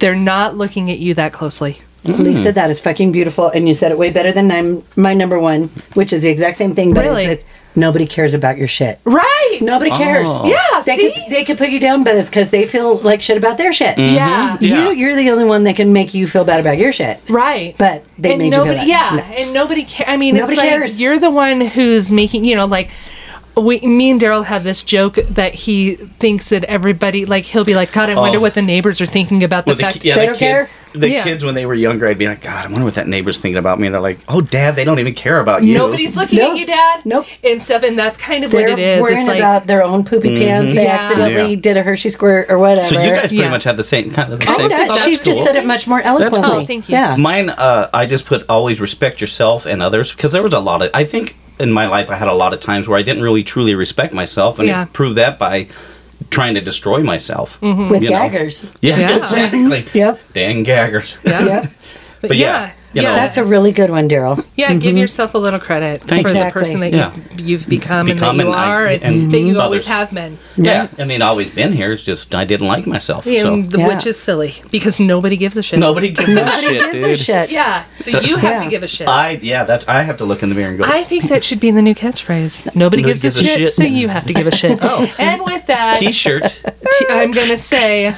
Speaker 3: They're not looking at you that closely. Hmm.
Speaker 4: Lisa, that is fucking beautiful, and you said it way better than I'm, my number one, which is the exact same thing. But
Speaker 3: Really?
Speaker 4: it's, it's, nobody cares about your shit.
Speaker 3: Right.
Speaker 4: Nobody cares.
Speaker 3: Oh. Yeah,
Speaker 4: They
Speaker 3: see?
Speaker 4: could, they could put you down, but it's because they feel like shit about their shit.
Speaker 3: Mm. Yeah.
Speaker 5: Yeah.
Speaker 4: You, you're the only one that can make you feel bad about your shit.
Speaker 3: Right.
Speaker 4: But they
Speaker 3: and
Speaker 4: made you feel
Speaker 3: nobody,
Speaker 4: that.
Speaker 3: Yeah.
Speaker 4: No.
Speaker 3: And nobody cares. I mean,
Speaker 4: Nobody
Speaker 3: it's like
Speaker 4: cares.
Speaker 3: you're the one who's making, you know, like, we, me and Daryl have this joke that he thinks that everybody, like, he'll be like, God, I wonder
Speaker 5: Oh.
Speaker 3: what the neighbors are thinking about the
Speaker 5: Well,
Speaker 3: fact
Speaker 5: ki- yeah,
Speaker 4: They
Speaker 5: the
Speaker 4: don't
Speaker 5: kids,
Speaker 4: care?
Speaker 5: The
Speaker 3: Yeah.
Speaker 5: kids when they were younger, I'd be like, God, I wonder what that neighbor's thinking about me. And they're like, Oh, Dad, they don't even care about you.
Speaker 3: Nobody's looking
Speaker 4: Nope.
Speaker 3: at you, Dad.
Speaker 4: Nope.
Speaker 3: And stuff, and that's kind of
Speaker 4: They're
Speaker 3: what it is.
Speaker 4: worrying
Speaker 3: It's like
Speaker 4: about their own poopy pants. They
Speaker 3: Yeah.
Speaker 4: accidentally
Speaker 5: Mm-hmm. Yeah.
Speaker 4: did a Hershey squirt or whatever.
Speaker 5: So you guys pretty
Speaker 3: Yeah.
Speaker 5: much had the same kind of the same.
Speaker 4: Oh, that-
Speaker 5: that's
Speaker 4: she just
Speaker 5: cool.
Speaker 4: said it much more eloquently.
Speaker 3: cool. Oh, Thank you.
Speaker 4: Yeah.
Speaker 5: Mine, uh, I just put always respect yourself and others because there was a lot of. I think in my life I had a lot of times where I didn't really truly respect myself, and
Speaker 3: Yeah. Mm-hmm.
Speaker 5: it proved that by trying to destroy myself.
Speaker 4: With
Speaker 5: you know.
Speaker 4: gaggers. Mm-hmm.
Speaker 5: Yeah,
Speaker 3: Yeah.
Speaker 5: exactly.
Speaker 4: Yep.
Speaker 5: Dang gaggers.
Speaker 3: yeah.
Speaker 4: Yep.
Speaker 5: But yeah, you know.
Speaker 4: That's a really good one,
Speaker 5: (laughs)
Speaker 4: Daryl.
Speaker 3: yeah, give yourself a little credit
Speaker 5: Thank
Speaker 3: for
Speaker 5: you.
Speaker 3: the person that
Speaker 5: Yeah.
Speaker 3: you've, you've become,
Speaker 5: Become
Speaker 3: and that you
Speaker 5: and I-
Speaker 3: are, and,
Speaker 5: and
Speaker 3: that you always
Speaker 5: others.
Speaker 3: have been.
Speaker 5: Yeah, I mean, always been here. It's just I didn't like myself.
Speaker 3: And
Speaker 5: So
Speaker 3: the,
Speaker 4: Yeah.
Speaker 3: Which is silly because nobody gives a shit.
Speaker 5: nobody gives a shit,
Speaker 4: Gives
Speaker 5: dude.
Speaker 4: a shit.
Speaker 3: Yeah. So you have
Speaker 4: Yeah.
Speaker 3: to give a shit. I,
Speaker 5: I yeah, that's I have to look in the mirror and go.
Speaker 3: think that should be the new catchphrase. Nobody, gives, a, shit, so you have to give a
Speaker 5: (laughs)
Speaker 3: shit. oh. And with that, i
Speaker 5: (laughs) T-shirt.
Speaker 3: t- I'm gonna say,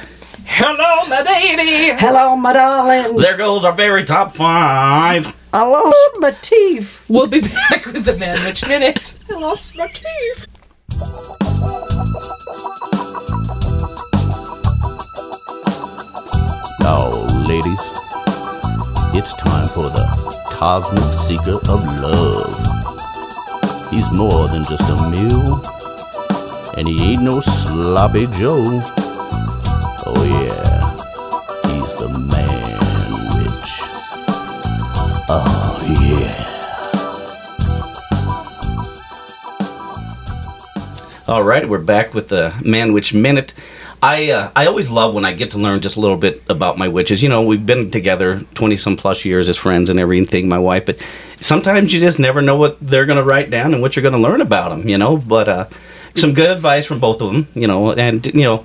Speaker 3: hello, my baby.
Speaker 4: Hello, my darling.
Speaker 5: there goes our very top five.
Speaker 4: I lost my teeth.
Speaker 3: We'll be (laughs) back with the man which minute. I lost my teeth.
Speaker 9: Now, ladies, it's time for the Cosmic Seeker of Love. He's more than just a mule, and he ain't no sloppy Joe. Oh, yeah, he's the man witch. Oh, yeah.
Speaker 5: All right, we're back with the Man Witch Minute. I uh, I always love when I get to learn just a little bit about my witches. You know, we've been together twenty some plus years as friends and everything, my wife. But sometimes you just never know what they're going to write down and what you're going to learn about them. You know, but uh, some good advice from both of them. You know, and you know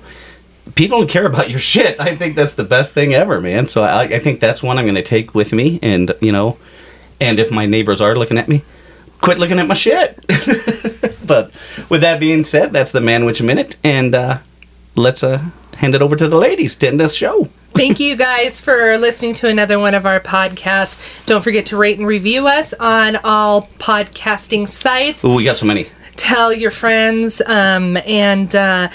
Speaker 5: people don't care about your shit. I think that's the best thing ever, man. So I, I think that's one I'm going to take with me, and you know, and if my neighbors are looking at me, quit looking at my shit. (laughs) but with that being said, that's the man witch minute, and uh, let's uh, hand it over to the ladies to end this show.
Speaker 3: Thank you guys for listening to another one of our podcasts. Don't forget to rate and review us on all podcasting sites.
Speaker 5: Ooh, we got so many.
Speaker 3: Tell your friends um, and uh,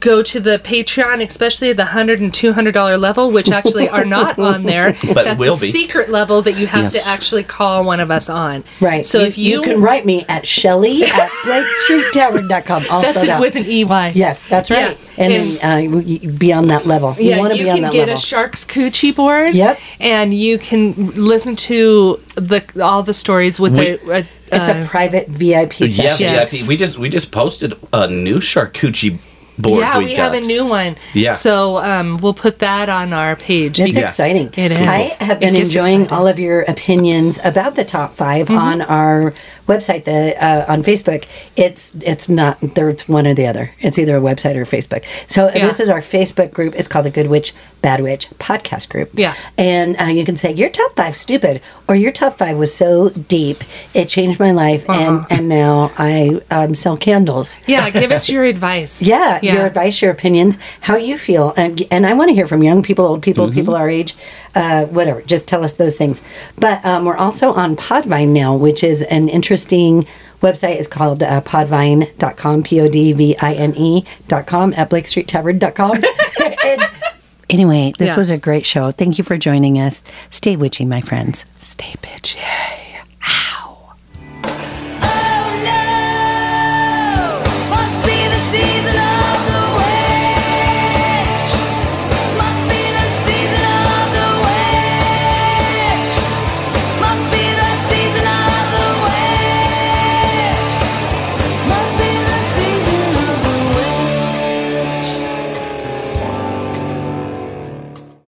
Speaker 3: go to the Patreon, especially the $100 and $200 level, which actually are
Speaker 5: (laughs)
Speaker 3: not on there.
Speaker 5: But
Speaker 3: That's
Speaker 5: will
Speaker 3: a
Speaker 5: be.
Speaker 3: secret level that you have
Speaker 5: Yes.
Speaker 3: to actually call one of us on.
Speaker 4: Right.
Speaker 3: So if you,
Speaker 4: can write me at Shelley at (laughs) BlakeStreetTavern.com. I'll
Speaker 3: that's
Speaker 4: spell it
Speaker 3: it
Speaker 4: out.
Speaker 3: with an EY.
Speaker 4: Yes, that's
Speaker 3: Yeah.
Speaker 4: right. And, then uh, you- you be on that level. you
Speaker 3: Yeah,
Speaker 4: want to
Speaker 3: you
Speaker 4: be on
Speaker 3: can
Speaker 4: that
Speaker 3: get
Speaker 4: level.
Speaker 3: a shark's coochie board.
Speaker 4: Yep.
Speaker 3: and you can listen to the all the stories with
Speaker 5: We-
Speaker 3: a, a,
Speaker 4: it's
Speaker 3: uh,
Speaker 4: a private VIP session.
Speaker 5: Yeah,
Speaker 3: Yes.
Speaker 5: VIP. We just we just posted a new charcuterie board.
Speaker 3: yeah, we, have a
Speaker 5: got.
Speaker 3: new one.
Speaker 5: Yeah.
Speaker 3: So um, we'll put that on our page.
Speaker 4: It's
Speaker 5: Yeah.
Speaker 4: exciting.
Speaker 3: It is.
Speaker 4: I have been
Speaker 3: It gets
Speaker 4: enjoying
Speaker 3: exciting. Mm-hmm.
Speaker 4: all of your opinions about the top 5 on our website, the uh, on Facebook. It's it's not there's one or the other. It's either a website or Facebook. So
Speaker 3: Yeah.
Speaker 4: this is our Facebook group. It's called the Good Witch Bad Witch Podcast Group.
Speaker 3: Yeah.
Speaker 4: and uh, you can say your top five stupid or your top five was so deep it changed my life
Speaker 3: Uh-huh.
Speaker 4: and and now I um, sell candles.
Speaker 3: yeah, give us your advice.
Speaker 4: (laughs) Yeah,
Speaker 3: yeah.
Speaker 4: your advice, your opinions, how you feel, and and I want to hear from young people, old people, people our age, uh, whatever. Just tell us those things. But um, we're also on Podvine now, which is an interesting website. It's called uh, podvine.com, p o d v i n e dot com at
Speaker 3: (laughs)
Speaker 4: blakestreettavern.com. and anyway, this
Speaker 3: Yeah.
Speaker 4: was a great show. Thank you for joining us. Stay witchy, my friends.
Speaker 3: Stay bitchy.